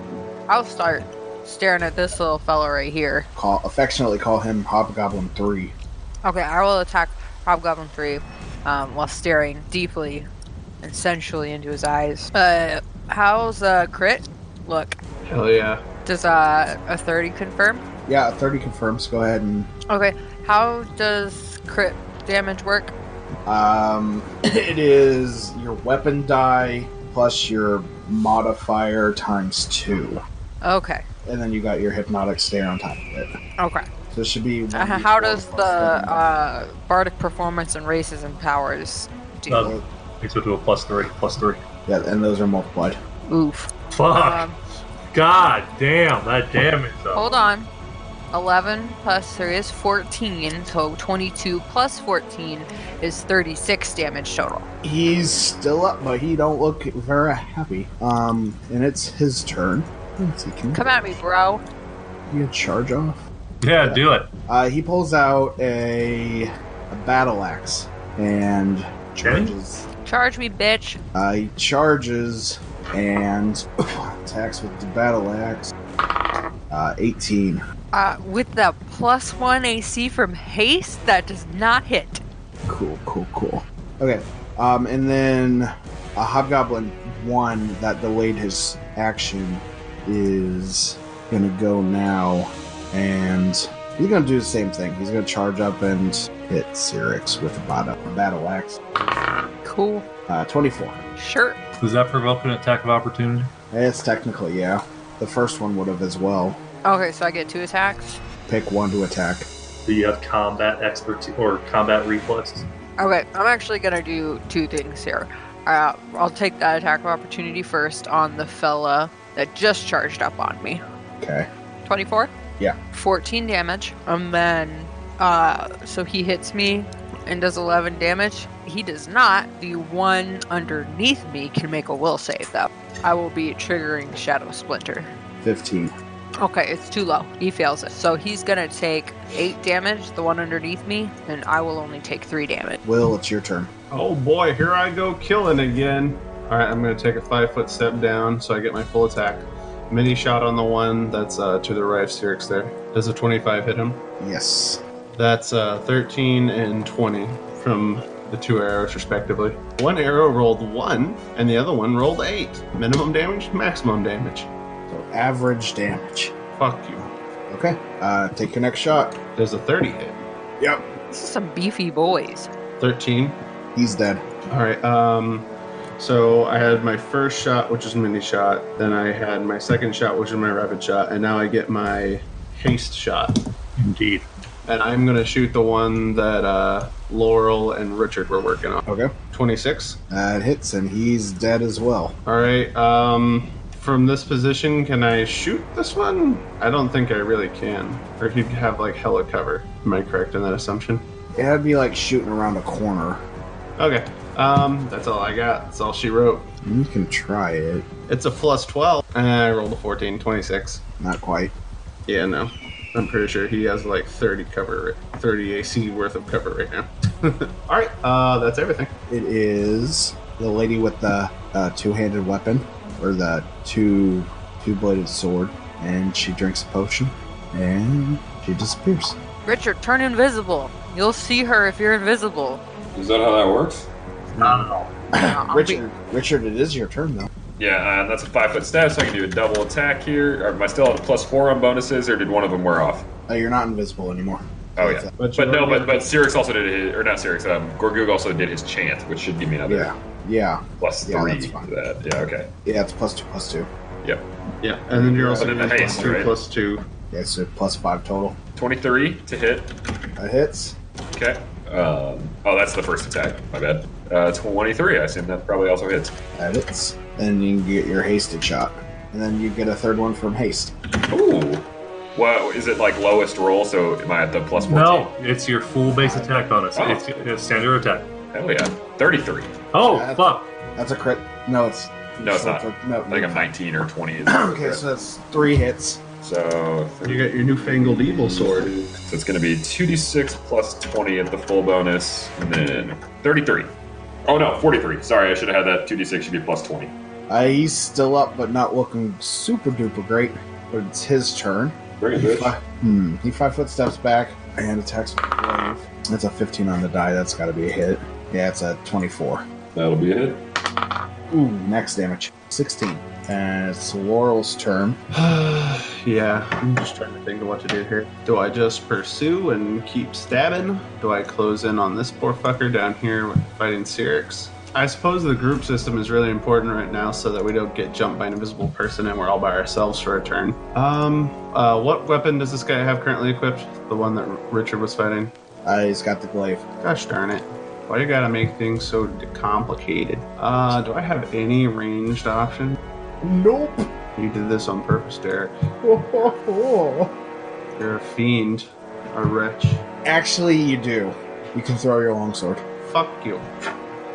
Speaker 4: I'll start staring at this little fella right here.
Speaker 3: Call Affectionately call him Hobgoblin 3.
Speaker 4: Okay, I will attack Hobgoblin 3 um, while staring deeply and sensually into his eyes. Uh, how's uh, crit? Look,
Speaker 8: Hell yeah.
Speaker 4: does uh, a 30 confirm?
Speaker 3: Yeah, 30 confirms. Go ahead and
Speaker 4: Okay, how does crit damage work?
Speaker 3: Um, it is your weapon die plus your modifier times two,
Speaker 4: Okay,
Speaker 3: and then you got your hypnotic stare on top of it.
Speaker 4: okay.
Speaker 3: There should be. one
Speaker 9: Uh, how
Speaker 3: D4
Speaker 9: does
Speaker 3: plus
Speaker 9: the
Speaker 3: seven.
Speaker 9: uh, bardic performance and racism powers do?
Speaker 5: Uh, Takes me to a plus three, plus three.
Speaker 3: Yeah, and those are multiplied.
Speaker 9: Oof.
Speaker 5: Fuck.
Speaker 9: Um,
Speaker 5: God damn, that damage. though.
Speaker 9: hold on. 11 plus 3 is 14, so 22 plus 14 is 36 damage total.
Speaker 3: He's still up, but he don't look very happy. Um, and it's his turn. Let's see, can
Speaker 9: Come at me, bro.
Speaker 3: he get charge off?
Speaker 5: Yeah, do it.
Speaker 3: Uh, he pulls out a, a battle axe and charges.
Speaker 9: Charge me, bitch.
Speaker 3: Uh, he charges and attacks with the battle axe. Uh, 18.
Speaker 9: Uh, with the plus 1 AC from haste, that does not hit.
Speaker 3: Cool, cool, cool. Okay. Um, and then a hobgoblin one that delayed his action is gonna go now, and he's gonna do the same thing. He's gonna charge up and hit Cyrix with a battle, a battle axe.
Speaker 9: Cool.
Speaker 3: Uh, Twenty-four.
Speaker 9: Sure.
Speaker 5: Does that provoke an attack of opportunity?
Speaker 3: Yes, technically, yeah. The first one would have as well.
Speaker 9: Okay, so I get two attacks.
Speaker 3: Pick one to attack.
Speaker 5: Do you have uh, combat expertise or combat reflexes?
Speaker 9: Okay, I'm actually gonna do two things here. Uh, I'll take that attack of opportunity first on the fella that just charged up on me.
Speaker 3: Okay.
Speaker 9: 24?
Speaker 3: Yeah.
Speaker 9: 14 damage. And then, uh, so he hits me and does 11 damage. He does not. The one underneath me can make a will save, though. I will be triggering Shadow Splinter.
Speaker 3: Fifteen.
Speaker 9: Okay, it's too low. He fails it. So he's gonna take 8 damage, the one underneath me, and I will only take 3 damage.
Speaker 3: Will, it's your turn.
Speaker 2: Oh boy, here I go killing again. All right, I'm going to take a five foot step down so I get my full attack. Mini shot on the one that's uh, to the right of Cyrix there. Does a 25 hit him?
Speaker 3: Yes.
Speaker 2: That's uh, 13 and 20 from the two arrows, respectively. One arrow rolled one, and the other one rolled eight. Minimum damage, maximum damage.
Speaker 3: So average damage.
Speaker 2: Fuck you.
Speaker 3: Okay. Uh, take your next shot.
Speaker 2: There's a 30 hit.
Speaker 3: Yep.
Speaker 9: This is some beefy boys.
Speaker 2: 13.
Speaker 3: He's dead.
Speaker 2: All right. Um, so I had my first shot, which is mini shot. Then I had my second shot, which is my rapid shot, and now I get my haste shot.
Speaker 5: Indeed.
Speaker 2: And I'm gonna shoot the one that uh, Laurel and Richard were working on.
Speaker 3: Okay.
Speaker 2: Twenty-six.
Speaker 3: Uh, it hits, and he's dead as well.
Speaker 2: All right. Um, from this position, can I shoot this one? I don't think I really can. Or he'd have like hella cover. Am I correct in that assumption?
Speaker 3: It'd be like shooting around a corner.
Speaker 2: Okay. Um, that's all I got. That's all she wrote.
Speaker 3: You can try it.
Speaker 2: It's a plus 12. And I rolled a 14, 26.
Speaker 3: Not quite.
Speaker 2: Yeah, no. I'm pretty sure he has like 30 cover, 30 AC worth of cover right now. All right, uh, that's everything.
Speaker 3: It is the lady with the uh, two-handed weapon, or the two two-bladed sword, and she drinks a potion, and she disappears.
Speaker 9: Richard, turn invisible. You'll see her if you're invisible.
Speaker 6: Is that how that works?
Speaker 5: Not at all.
Speaker 9: Now, I'll be-
Speaker 3: Richard, Richard, it is your turn though.
Speaker 6: Yeah, uh, that's a five foot step, so I can do a double attack here. Or am I still at a plus four on bonuses, or did one of them wear off?
Speaker 3: Uh, you're not invisible anymore.
Speaker 6: Oh yeah,
Speaker 2: But,
Speaker 6: but
Speaker 2: you
Speaker 6: no,
Speaker 2: already-
Speaker 6: but but Cyrix also did his, or not Cyrix, um, Gorgug also did his chant, which should give me another
Speaker 3: Yeah, yeah,
Speaker 6: plus
Speaker 3: Yeah,
Speaker 6: three
Speaker 3: that's
Speaker 6: to
Speaker 3: fine.
Speaker 6: that. Yeah, okay.
Speaker 3: yeah. It's plus two, plus two.
Speaker 2: yeah, and then you're also
Speaker 6: But in
Speaker 2: getting
Speaker 6: the
Speaker 2: plus
Speaker 6: haste,
Speaker 2: two,
Speaker 6: right?
Speaker 2: plus two.
Speaker 3: Yeah, so plus five total.
Speaker 6: Twenty three to hit.
Speaker 3: That hits.
Speaker 6: Okay. Um, oh, that's the first attack. My bad. Uh, twenty three. I assume that probably also hits.
Speaker 3: That hits. Then you can get your hasted shot, and then you get a third one from haste.
Speaker 6: Ooh. What is it like lowest roll? So am I at the plus fourteen?
Speaker 5: No, it's your full base attack bonus.
Speaker 6: Oh.
Speaker 5: It's, it's standard attack.
Speaker 6: Hell yeah. Thirty three.
Speaker 5: Oh,
Speaker 3: That's-
Speaker 5: fuck.
Speaker 3: That's a crit. No, it's
Speaker 6: No, it's not.
Speaker 3: No,
Speaker 6: I think I'm nineteen or twenty. Is
Speaker 3: okay, so that's three hits.
Speaker 6: so
Speaker 2: You got your newfangled evil sword.
Speaker 6: So it's going to be 2d6 plus 20 at the full bonus, and then 33. Oh no, 43. Sorry, I should have had that 2d6 should be plus 20.
Speaker 3: Uh, he's still up, but not looking super duper great. But it's his turn.
Speaker 6: Very
Speaker 3: He, fi- hmm, he five foot steps back and attacks with glaive. That's a 15 on the die. That's got to be a hit. Yeah, it's a 24.
Speaker 6: That'll be it.
Speaker 3: Ooh, max damage 16. And it's Laurel's turn.
Speaker 2: yeah, I'm just trying to think of what to do here. Do I just pursue and keep stabbing? Do I close in on this poor fucker down here with fighting Cyrix? I suppose the group system is really important right now so that we don't get jumped by an invisible person and we're all by ourselves for a turn. Um, uh, what weapon does this guy have currently equipped? The one that R- Richard was fighting?
Speaker 3: Uh, he's got the glaive.
Speaker 2: Gosh darn it. Why you gotta make things so d- complicated? Uh, do I have any ranged option?
Speaker 3: Nope.
Speaker 2: You did this on purpose, Derek. You're a fiend. A wretch.
Speaker 3: Actually, you do. You can throw your longsword.
Speaker 2: Fuck you.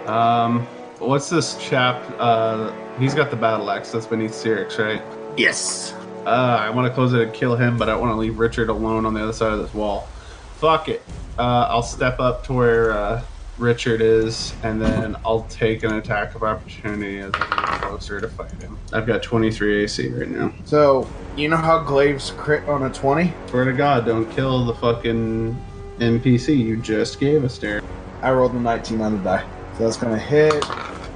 Speaker 2: Um, what's this chap? Uh, he's got the battle axe. That's beneath Cyrix, right?
Speaker 3: Yes.
Speaker 2: Uh, I want to close it and kill him, but I want to leave Richard alone on the other side of this wall. Fuck it. Uh, I'll step up to where uh, Richard is, and then I'll take an attack of opportunity as I get closer to fight him. I've got 23 AC right now.
Speaker 3: So, you know how glaives crit on a 20?
Speaker 2: Swear to God, don't kill the fucking NPC you just gave us, Derek.
Speaker 3: I rolled a 19 on the die. So that's going to hit,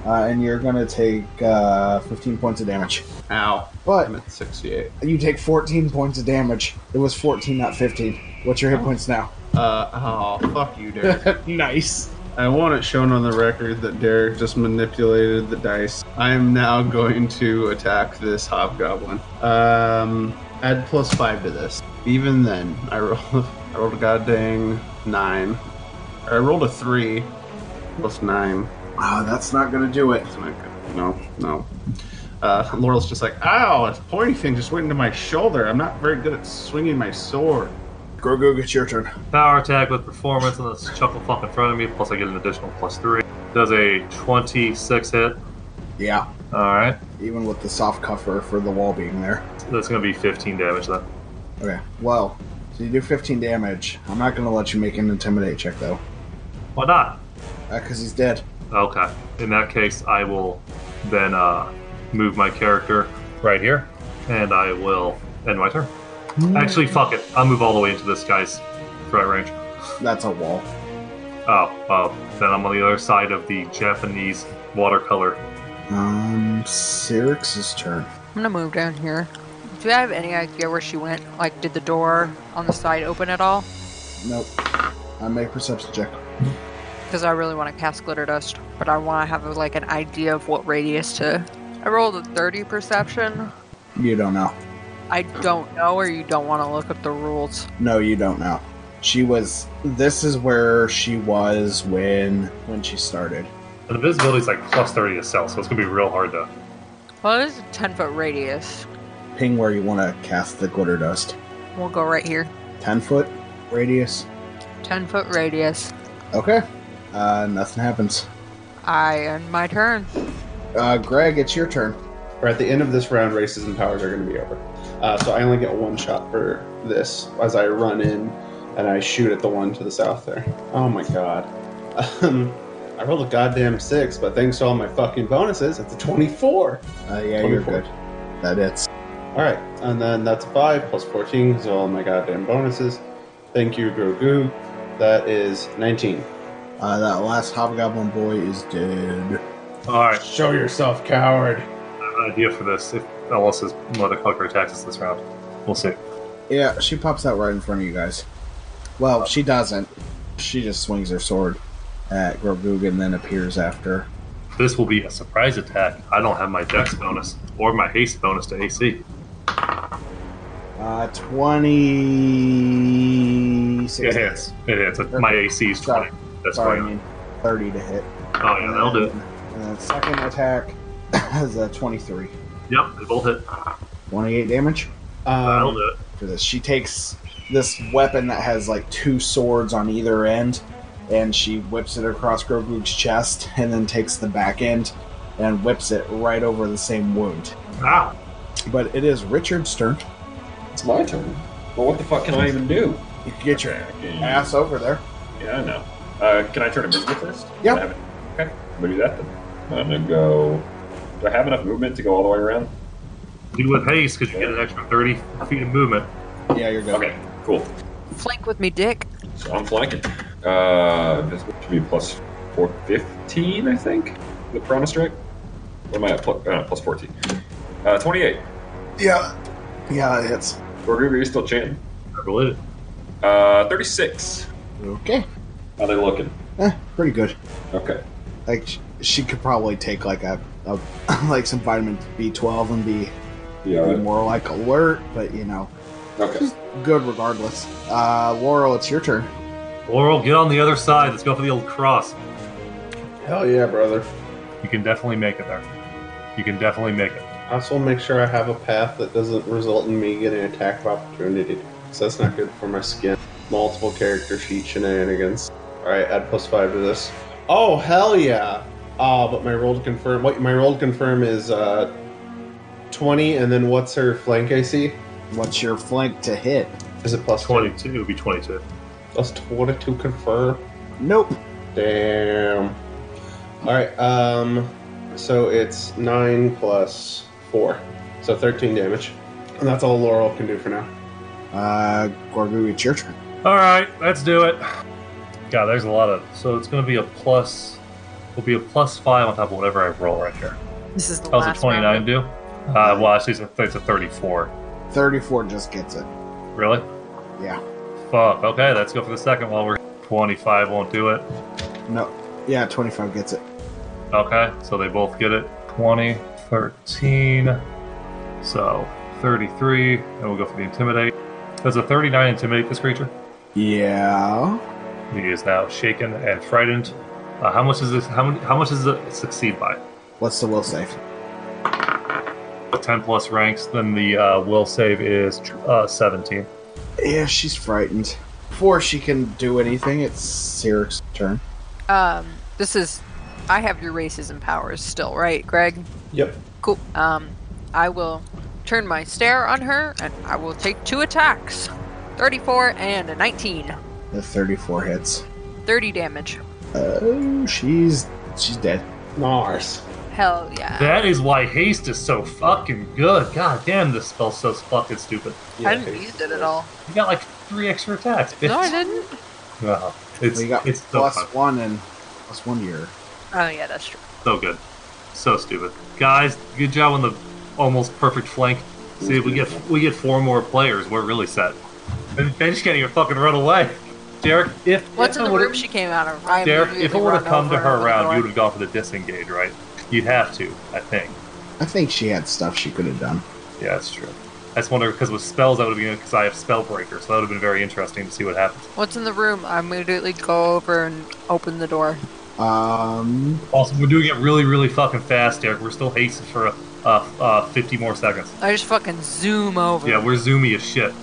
Speaker 3: uh, and you're going to take uh, 15 points of damage.
Speaker 2: Ow. I'm
Speaker 3: But
Speaker 2: at 68.
Speaker 3: you take 14 points of damage. It was 14, not 15. What's your hit points now?
Speaker 2: Uh, oh, fuck you, Derek.
Speaker 3: nice.
Speaker 2: I want it shown on the record that Derek just manipulated the dice. I am now going to attack this hobgoblin. Um, add plus five to this. Even then, I rolled, I rolled a goddamn nine. I rolled a three plus nine.
Speaker 3: Ah, that's not going to do it.
Speaker 2: Isn't it good? No, no. Uh, Laurel's just like, ow, a pointy thing just went into my shoulder. I'm not very good at swinging my sword.
Speaker 3: Grogu, it's your turn.
Speaker 5: Power attack with performance on this chuckle flop in front of me, plus I get an additional plus three. Does a 26 hit.
Speaker 3: Yeah.
Speaker 5: Alright.
Speaker 3: Even with the soft cover for the wall being there.
Speaker 5: That's going to be 15 damage then.
Speaker 3: Okay. Well, so you do 15 damage. I'm not going to let you make an intimidate check though,
Speaker 5: Why not?
Speaker 3: because he's dead.
Speaker 5: Okay. In that case, I will then uh, move my character right here, and I will end my turn. Actually, fuck it. I'll move all the way into this guy's threat range.
Speaker 3: That's a wall.
Speaker 5: Oh, uh, then I'm on the other side of the Japanese watercolor.
Speaker 3: Um, Cyrix's turn.
Speaker 9: I'm gonna move down here. Do you have any idea where she went? Like, did the door on the side open at all?
Speaker 3: Nope. I make perception check.
Speaker 9: Because I really want to cast glitter dust, but I want to have like an idea of what radius to. I rolled a 30 perception.
Speaker 3: You don't know.
Speaker 9: I don't know, or you don't want to look up the rules.
Speaker 3: No, you don't know. She was. This is where she was when when she started.
Speaker 5: And invisibility is like plus 30 to cell, so it's going to be real hard to.
Speaker 9: Well, it is a 10 foot radius.
Speaker 3: Ping where you want to cast the glitter dust.
Speaker 9: We'll go right here.
Speaker 3: Ten foot radius.
Speaker 9: 10 foot radius.
Speaker 3: Okay. Uh, nothing happens.
Speaker 9: I end my turn.
Speaker 3: Uh, Greg, it's your turn.
Speaker 10: Or at the end of this round, races and powers are going to be over. Uh, so I only get one shot for this as I run in and I shoot at the one to the south there. Oh my god. Um, I rolled a goddamn six, but thanks to all my fucking bonuses, it's a 24.
Speaker 3: Uh, yeah, you're
Speaker 10: 24.
Speaker 3: good. That hits.
Speaker 10: All right, and then that's a five plus 14, so all my goddamn bonuses. Thank you, Grogu. That is 19.
Speaker 3: Uh, that last hobgoblin boy is dead.
Speaker 5: Alright,
Speaker 10: Show yourself, coward.
Speaker 5: I have an idea for this if Ellis's motherfucker attacks us this round. We'll see.
Speaker 3: Yeah, she pops out right in front of you guys. Well, she doesn't. She just swings her sword at Grogu and then appears after.
Speaker 5: This will be a surprise attack. I don't have my dex bonus or my haste bonus to AC.
Speaker 3: Uh, 26.
Speaker 5: It hits. It hits. My AC is 20. That's
Speaker 3: Sorry, I
Speaker 5: why.
Speaker 3: mean 30 to hit.
Speaker 5: Oh, yeah, that'll do it.
Speaker 3: And then second attack is a 23.
Speaker 5: Yep, they both hit.
Speaker 3: Um, 28 damage
Speaker 5: That'll
Speaker 10: Um,
Speaker 5: do it.
Speaker 3: for this. She takes this weapon that has like two swords on either end and she whips it across Grogu's chest and then takes the back end and whips it right over the same wound.
Speaker 5: Ow.
Speaker 3: But it is Richard's turn.
Speaker 6: It's my turn. Well, what the fuck can I even do?
Speaker 3: You can get your ass over there.
Speaker 6: Yeah, I know. Uh, can I turn invisible first?
Speaker 3: Yeah.
Speaker 6: I haven't- Okay, we'll do that then. I'm gonna go. Do I have enough movement to go all the way around?
Speaker 5: Do with haste because you get an extra 30 feet of movement.
Speaker 3: Yeah, you're good.
Speaker 6: Okay, cool.
Speaker 9: Flank with me, dick.
Speaker 6: So I'm flanking. Uh, this should be plus four, 15, I think. The promise strike. What am I at? Plus, uh, plus 14. Uh, 28.
Speaker 3: Yeah. Yeah, that hits.
Speaker 6: Gorguga, you're still chanting.
Speaker 5: I believe it.
Speaker 6: Uh, 36.
Speaker 3: Okay.
Speaker 6: How they looking?
Speaker 3: Eh, pretty good.
Speaker 6: Okay.
Speaker 3: Like sh- she could probably take like a, a like some vitamin B12 and be,
Speaker 6: Yeah.
Speaker 3: be
Speaker 6: right.
Speaker 3: more like alert, but you know,
Speaker 6: Okay.
Speaker 3: good regardless. Uh, Laurel, it's your turn.
Speaker 5: Laurel, get on the other side. Let's go for the old cross.
Speaker 2: Hell yeah, brother.
Speaker 5: You can definitely make it there. You can definitely make it.
Speaker 2: I also make sure I have a path that doesn't result in me getting an attack of opportunity. So that's not good for my skin. Multiple character sheet shenanigans. Alright, add plus five to this. Oh, hell yeah! Ah, but my roll to confirm. What my roll to confirm is uh, 20, and then what's her flank AC?
Speaker 3: What's your flank to hit?
Speaker 2: Is it plus 20?
Speaker 5: 22. It would be 22.
Speaker 2: Plus 20 to confirm.
Speaker 3: Nope.
Speaker 2: Damn. Alright, um, so it's 9 plus 4. So 13 damage. And that's all Laurel can do for now.
Speaker 3: Uh, Gorgu, it's your turn.
Speaker 5: All right, let's do it. God, there's a lot of. So it's going to be a plus. Will be a plus five on top of whatever I roll right here.
Speaker 9: This is the
Speaker 5: How's a
Speaker 9: last
Speaker 5: 29
Speaker 9: round.
Speaker 5: do? Uh, well, actually, it's a, it's a 34.
Speaker 3: 34 just gets it.
Speaker 5: Really?
Speaker 3: Yeah.
Speaker 5: Fuck. Okay, let's go for the second one. We're 25 won't do it.
Speaker 3: No. Yeah, 25 gets it.
Speaker 5: Okay, so they both get it. 20, 13, so 33, and we'll go for the intimidate. Does a 39 intimidate this creature?
Speaker 3: Yeah.
Speaker 5: He is now shaken and frightened. Uh, how much is this? How, many, how much does it succeed by?
Speaker 3: What's the will save?
Speaker 5: 10 plus ranks. Then the uh, will save is uh, 17.
Speaker 3: Yeah, she's frightened. Before she can do anything, it's Siric's turn.
Speaker 9: Um, this is. I have your races and powers still, right, Greg?
Speaker 2: Yep.
Speaker 9: Cool. Um, I will turn my stare on her, and I will take two attacks. 34 and a 19.
Speaker 3: The 34 hits.
Speaker 9: 30 damage.
Speaker 3: Oh, she's she's dead.
Speaker 2: Nars.
Speaker 9: Hell yeah.
Speaker 5: That is why haste is so fucking good. God damn, this spell's so fucking stupid.
Speaker 9: I didn't use it at all.
Speaker 5: You got like three extra attacks, bitch.
Speaker 9: No, I didn't.
Speaker 5: Uh-huh. It's,
Speaker 3: We got
Speaker 5: it's so
Speaker 3: plus
Speaker 5: fun.
Speaker 3: one and plus one year.
Speaker 9: Oh, yeah, that's true.
Speaker 5: So good. So stupid. Guys, good job on the almost perfect flank. See if we get we get four more players, we're really set. And Bench can't even fucking run away. Derek, if
Speaker 9: What's
Speaker 5: if
Speaker 9: in
Speaker 5: it
Speaker 9: the
Speaker 5: would've-
Speaker 9: room she came out of? I
Speaker 5: Derek, if it
Speaker 9: immediately
Speaker 5: would have
Speaker 9: run
Speaker 5: come to
Speaker 9: over
Speaker 5: her
Speaker 9: and opened the
Speaker 5: round, you
Speaker 9: door.
Speaker 5: would have gone for the disengage, right? You'd have to, I think.
Speaker 3: I think she had stuff she could have done.
Speaker 5: Yeah, that's true. I just wonder because with spells that would have been because I have spellbreaker, so that would have been very interesting to see what happens.
Speaker 9: What's in the room? I immediately go over and open the door.
Speaker 3: Um,
Speaker 5: Also, we're doing it really, really fucking fast, Derek. We're still hasting for uh, uh, 50 more seconds.
Speaker 9: I just fucking zoom over.
Speaker 5: Yeah, we're zoomy as shit.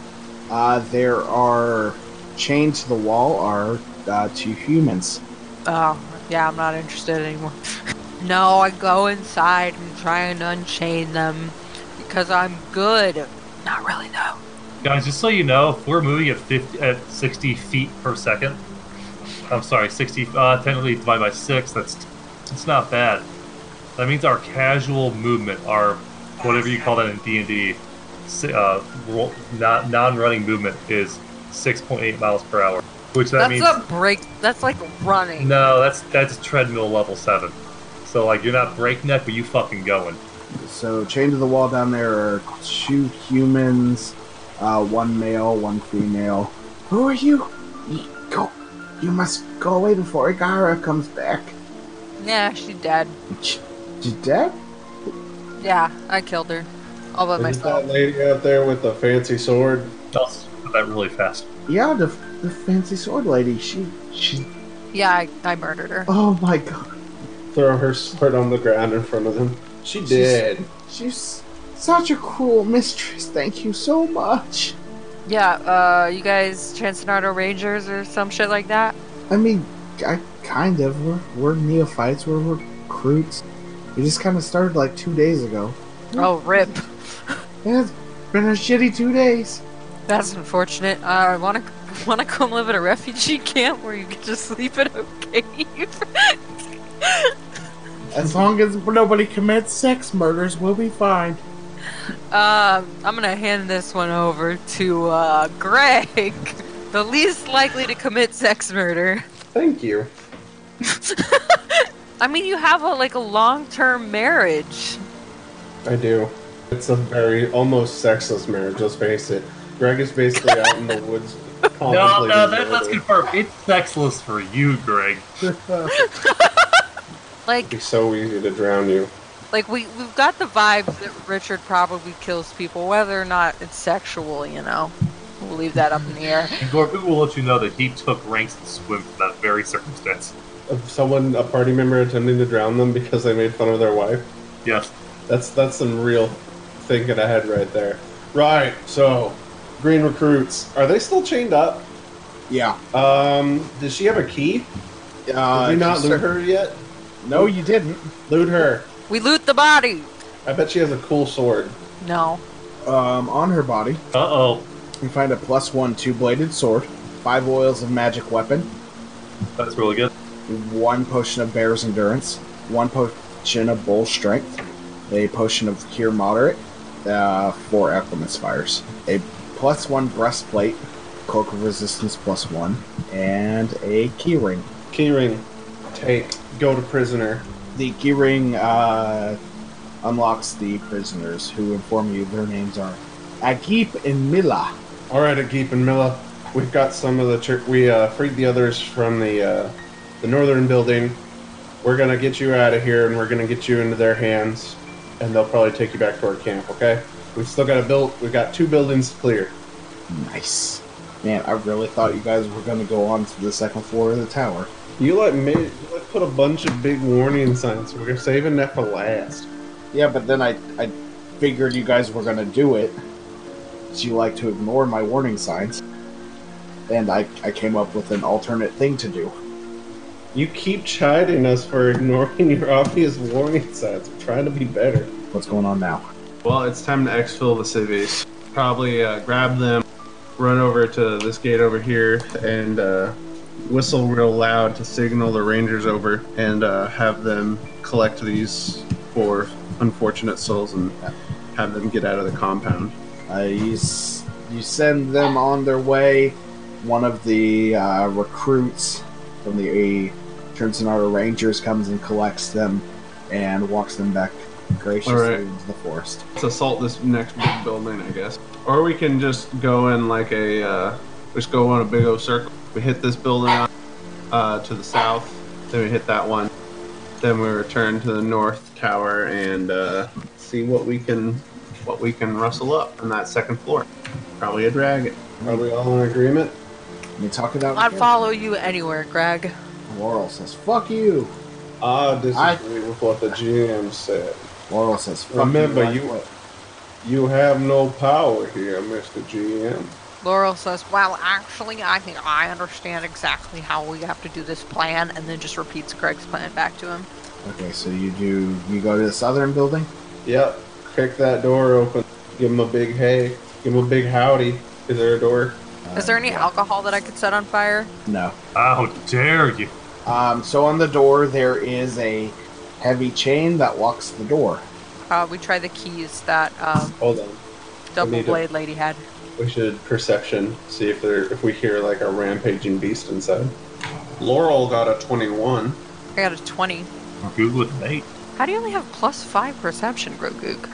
Speaker 3: uh, there are chained to the wall are uh, two humans.
Speaker 9: Oh, yeah, I'm not interested anymore. no, I go inside and try and unchain them because I'm good. Not really, though.
Speaker 5: Guys, just so you know, if we're moving at 50, at 60 feet per second, I'm sorry, 60, uh, technically divided by 6, that's it's not bad. That means our casual movement, our whatever you call that in D&D, si- uh, ro- not, non-running movement is 6.8 miles per hour, which that
Speaker 9: that's
Speaker 5: means...
Speaker 9: not break. That's like running.
Speaker 5: No, that's that's treadmill level 7. So, like, you're not breakneck, but you fucking going.
Speaker 3: So chained to the wall down there are two humans, uh, one male, one female. Who are you? You Go. You must go away before Igara comes back.
Speaker 9: Yeah, she dead.
Speaker 3: She, she dead?
Speaker 9: Yeah, I killed her. All by
Speaker 2: Is that
Speaker 9: myself.
Speaker 2: lady out there with the fancy sword?
Speaker 5: I'll s- put that really fast.
Speaker 3: Yeah, the, the fancy sword lady. She she.
Speaker 9: Yeah, I, I murdered her.
Speaker 3: Oh my god.
Speaker 2: Throw her sword on the ground in front of them. She did.
Speaker 3: She's such a cruel mistress. Thank you so much.
Speaker 9: Yeah, uh, you guys, Transonardo Rangers or some shit like that?
Speaker 3: I mean, I kind of. We're, we're neophytes. We're recruits. We just kind of started like two days ago.
Speaker 9: Oh, rip.
Speaker 3: Yeah, it's been a shitty two days.
Speaker 9: That's unfortunate. I want to want to come live at a refugee camp where you can just sleep in a cave.
Speaker 3: As long as nobody commits sex murders, we'll be fine.
Speaker 9: Um, I'm gonna hand this one over to uh, Greg, the least likely to commit sex murder.
Speaker 2: Thank you.
Speaker 9: I mean, you have a like a long-term marriage.
Speaker 2: I do. It's a very almost sexless marriage, let's face it. Greg is basically out in the woods.
Speaker 5: No,
Speaker 2: contemplating
Speaker 5: no, that, let's
Speaker 2: murder.
Speaker 5: confirm. It's sexless for you, Greg.
Speaker 4: Like,
Speaker 2: It'd be so easy to drown you.
Speaker 4: like we we've got the vibes that Richard probably kills people, whether or not it's sexual. You know, we'll leave that up in the air.
Speaker 5: And Gorgu will let you know that he took ranks in swim for that very circumstance.
Speaker 2: Of Uh, Someone, a party member, attempting to drown them because they made fun of their wife.
Speaker 5: Yes.
Speaker 2: That's that's some real thinking ahead right there. Right. So, green recruits are they still chained up?
Speaker 3: Yeah.
Speaker 2: Um, does she have a key? Did
Speaker 3: Uh,
Speaker 2: we not
Speaker 3: she
Speaker 2: loot
Speaker 3: start-
Speaker 2: her yet?
Speaker 3: No, you didn't.
Speaker 2: Loot her.
Speaker 4: We loot the body.
Speaker 2: I bet she has a cool sword.
Speaker 4: No,
Speaker 3: Um, on her body,
Speaker 5: Uh oh.
Speaker 3: you find a plus one two bladed sword, five oils of magic weapon,
Speaker 5: That's really good.
Speaker 3: one potion of bear's endurance, one potion of bull strength, a potion of cure moderate, uh, four alchemist fires, a plus one breastplate, cloak of resistance plus one, and a key ring.
Speaker 2: Key ring. Take. Go to prisoner.
Speaker 3: The key ring uh, unlocks the prisoners, who inform you their names are Agip and Mila.
Speaker 2: All right, Ageep and Mila, we've got some of the church. We uh, freed the others from the uh, the northern building. We're gonna get you out of here, and we're gonna get you into their hands, and they'll probably take you back to our camp. Okay? We've still got a build. We've got two buildings to clear.
Speaker 3: Nice. Man, I really thought you guys were going to go on to the second floor of the tower.
Speaker 2: You like made you like put a bunch of big warning signs. We're saving that for last.
Speaker 3: Yeah, but then I, I figured you guys were going to do it. So you like to ignore my warning signs. And I, I came up with an alternate thing to do.
Speaker 2: You keep chiding us for ignoring your obvious warning signs. We're trying to be better.
Speaker 3: What's going on now?
Speaker 8: Well, it's time to exfil the civies. Probably uh, grab them, run over to this gate over here, and uh, whistle real loud to signal the rangers over and uh, have them collect these four unfortunate souls and have them get out of the compound.
Speaker 3: Uh, you, s- you send them on their way. One of the uh, recruits from the Trinsonato Rangers comes and collects them and walks them back graciously
Speaker 8: All right.
Speaker 3: into the forest.
Speaker 8: Let's assault this next big building, I guess. Or we can just go in like a, uh, just go on a big O circle. We hit this building out, uh, to the south, then we hit that one, then we return to the north tower and uh, see what we can, what we can rustle up on that second floor. Probably a dragon.
Speaker 2: Are we all in agreement?
Speaker 3: You talk it out.
Speaker 4: I'd
Speaker 3: with
Speaker 4: follow you anywhere, Greg.
Speaker 3: him. Laurel says, "Fuck you."
Speaker 2: I
Speaker 3: I-
Speaker 2: disagree with what the GM said.
Speaker 3: Laurel says, Fuck
Speaker 2: Remember,
Speaker 3: Right
Speaker 2: you-
Speaker 3: away."
Speaker 2: You have no power here, Mr. GM.
Speaker 4: Laurel says, "Well, actually, I think I understand exactly how we have to do this plan," and then just repeats Greg's plan back to him.
Speaker 3: Okay, so you do. You go to the southern building.
Speaker 2: Yep. Kick that door open. Give him a big hey. Give him a big howdy. Is there a door?
Speaker 4: Is there any alcohol that I could set on fire?
Speaker 3: Uh, No.
Speaker 5: How dare you?
Speaker 3: Um, so on the door there is a heavy chain that locks the door.
Speaker 4: Uh, we try the keys that um,
Speaker 2: Hold on.
Speaker 4: double
Speaker 2: need to-
Speaker 4: blade lady had.
Speaker 2: We should perception see if there if we hear like a rampaging beast inside. Laurel got a twenty-one.
Speaker 4: I got a twenty.
Speaker 5: Google with an eight.
Speaker 4: How do you only have plus five perception, Grogook?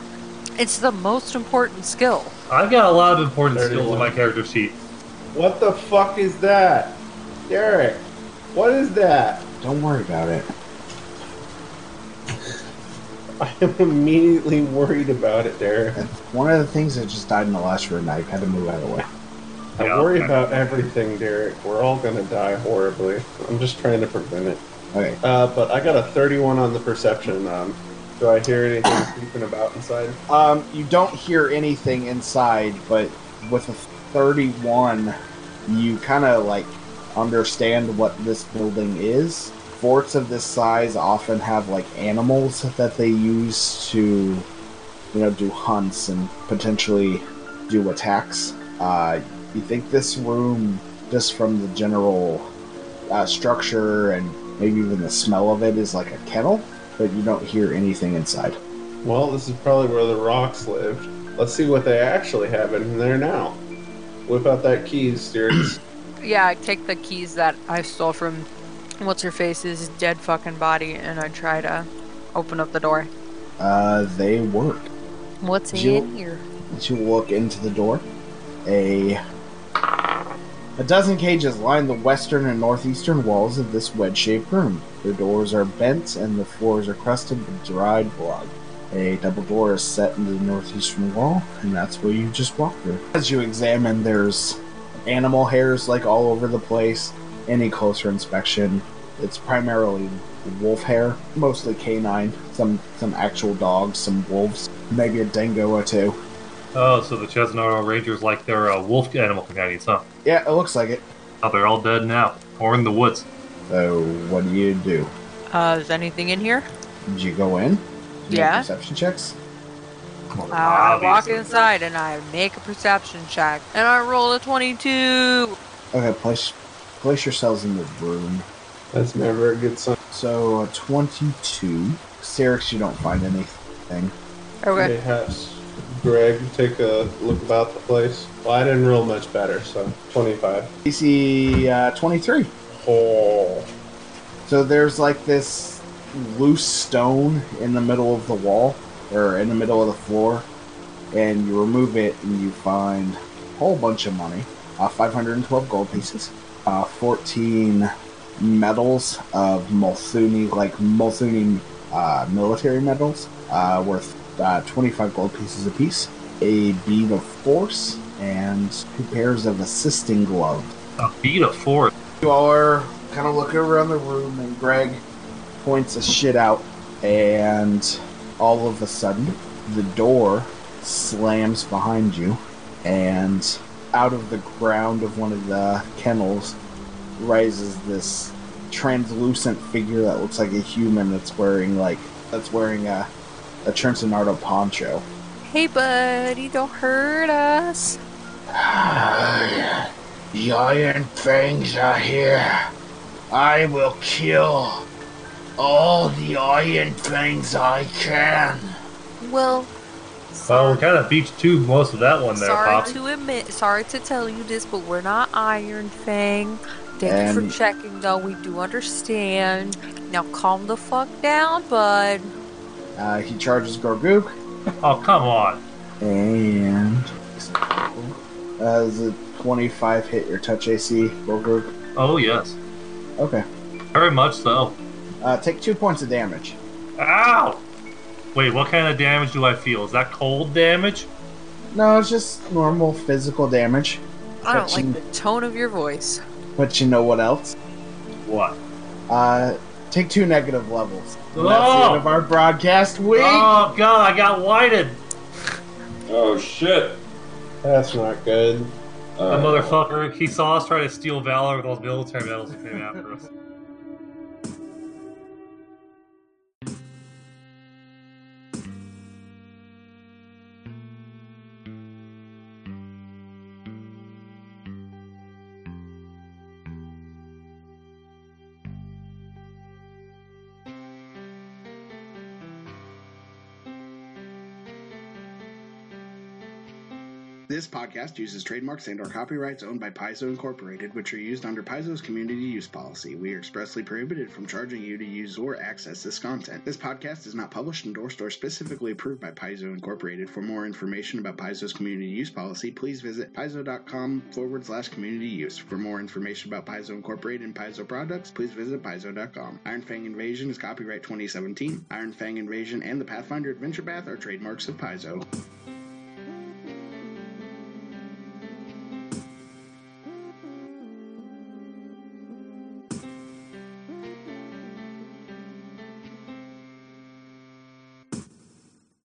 Speaker 4: It's the most important skill.
Speaker 5: I've got a lot of important skills
Speaker 2: 31.
Speaker 5: on my character sheet.
Speaker 2: What the fuck is that, Derek? What is that?
Speaker 3: Don't worry about it.
Speaker 2: I am immediately worried about it, Derek.
Speaker 3: And one of the things that just died in the last room. Now you've had to move out of the way.
Speaker 2: I
Speaker 5: Yeah,
Speaker 2: worry
Speaker 5: okay.
Speaker 2: about everything, Derek. We're all gonna die horribly. I'm just trying to prevent it.
Speaker 3: Okay.
Speaker 2: Uh, but I got a 31 on the perception. Um, do I hear anything creeping about inside?
Speaker 3: Um, you don't hear anything inside, but with a 31, you kind of like understand what this building is. Forts of this size often have like animals that they use to, you know, do hunts and potentially do attacks. Uh, you think this room, just from the general uh, structure and maybe even the smell of it, is like a kennel, but you don't hear anything inside.
Speaker 2: Well, this is probably where the rocks lived. Let's see what they actually have in there now. Whip out that keys, Steers.
Speaker 4: Yeah, I take the keys that I stole from what's her face's dead fucking body, and I try to open up the door.
Speaker 3: Uh, they work.
Speaker 4: What's
Speaker 3: You-
Speaker 4: in here?
Speaker 3: As you look into the door, a A dozen cages line the western and northeastern walls of this wedge-shaped room. The doors are bent and the floors are crusted with dried blood. A double door is set into the northeastern wall, and that's where you just walk through. As you examine, there's animal hairs like all over the place. Any closer inspection, it's primarily wolf hair, mostly canine, some some actual dogs, some wolves, maybe a dingo or two.
Speaker 5: Oh, so the Chesnaro Rangers like their uh, wolf animal companions, huh?
Speaker 3: Yeah, it looks like it.
Speaker 5: Oh, they're all dead now, or in the woods.
Speaker 3: So, what do you do?
Speaker 4: Uh, is anything in here?
Speaker 3: Did you go in? Make
Speaker 4: Yeah.
Speaker 3: Perception checks.
Speaker 4: Uh, I walk
Speaker 5: Obviously.
Speaker 4: inside and I make a perception check, and I roll a 22.
Speaker 3: Okay, place place yourselves in the room.
Speaker 2: That's never a good sign.
Speaker 3: So, a 22. Cyrix, you don't find anything.
Speaker 4: Okay.
Speaker 2: Perhaps Greg take a look about the place. Well, I didn't roll much better, so 25.
Speaker 3: DC uh, 23.
Speaker 2: Oh.
Speaker 3: So there's like this loose stone in the middle of the wall, or in the middle of the floor, and you remove it and you find a whole bunch of money uh, 512 gold pieces, uh, 14 medals of Multhuni, like Multhuni uh, military medals, uh, worth uh, 25 gold pieces apiece, a bead of force, and two pairs of assisting gloves.
Speaker 5: A beat of four.
Speaker 3: You all are kind of looking around the room, and Greg points a shit out, and all of a sudden, the door slams behind you, and out of the ground of one of the kennels rises this translucent figure that looks like a human that's wearing like that's wearing a a Trincinardo poncho.
Speaker 4: Hey, buddy, don't hurt us.
Speaker 3: The Iron Fangs are here. I will kill all the Iron Fangs I can.
Speaker 4: Well,
Speaker 5: Well, we kind of beat two most of that one there,
Speaker 4: sorry
Speaker 5: Pops.
Speaker 4: to admit, sorry to tell you this, but we're not Iron Fang. Thank you
Speaker 3: And-
Speaker 4: for checking, though. We do understand. Now calm the fuck down, bud.
Speaker 3: Uh, he charges Gorgook,
Speaker 5: Oh, come on.
Speaker 3: and uh, does a 25 hit your touch AC, Gorgook?
Speaker 5: Oh, yes.
Speaker 3: Okay.
Speaker 5: Very much so.
Speaker 3: Uh, take two points of damage.
Speaker 5: Ow! Wait, what kind of damage do I feel? Is that cold damage?
Speaker 3: No, it's just normal physical damage.
Speaker 4: I don't
Speaker 3: Touching.
Speaker 4: like the tone of your voice.
Speaker 3: But you know what else?
Speaker 5: What?
Speaker 3: Uh, take two negative levels. And that's the
Speaker 5: Oh!
Speaker 3: end of our broadcast week.
Speaker 5: Oh, God, I got whited.
Speaker 6: Oh shit!
Speaker 2: That's not good.
Speaker 6: Uh,
Speaker 5: That motherfucker, he saw us try to steal Valor with those military medals that came after us.
Speaker 11: This podcast uses trademarks and/or copyrights owned by Paizo Incorporated, which are used under Paizo's community use policy. We are expressly prohibited from charging you to use or access this content. This podcast is not published, endorsed, or specifically approved by Paizo Incorporated. For more information about Paizo's community use policy, please visit paizo.com forward slash community use. For more information about Paizo Incorporated and Paizo products, please visit paizo.com. Iron Fang Invasion is copyright 2017. Iron Fang Invasion and the Pathfinder Adventure Path are trademarks of Paizo.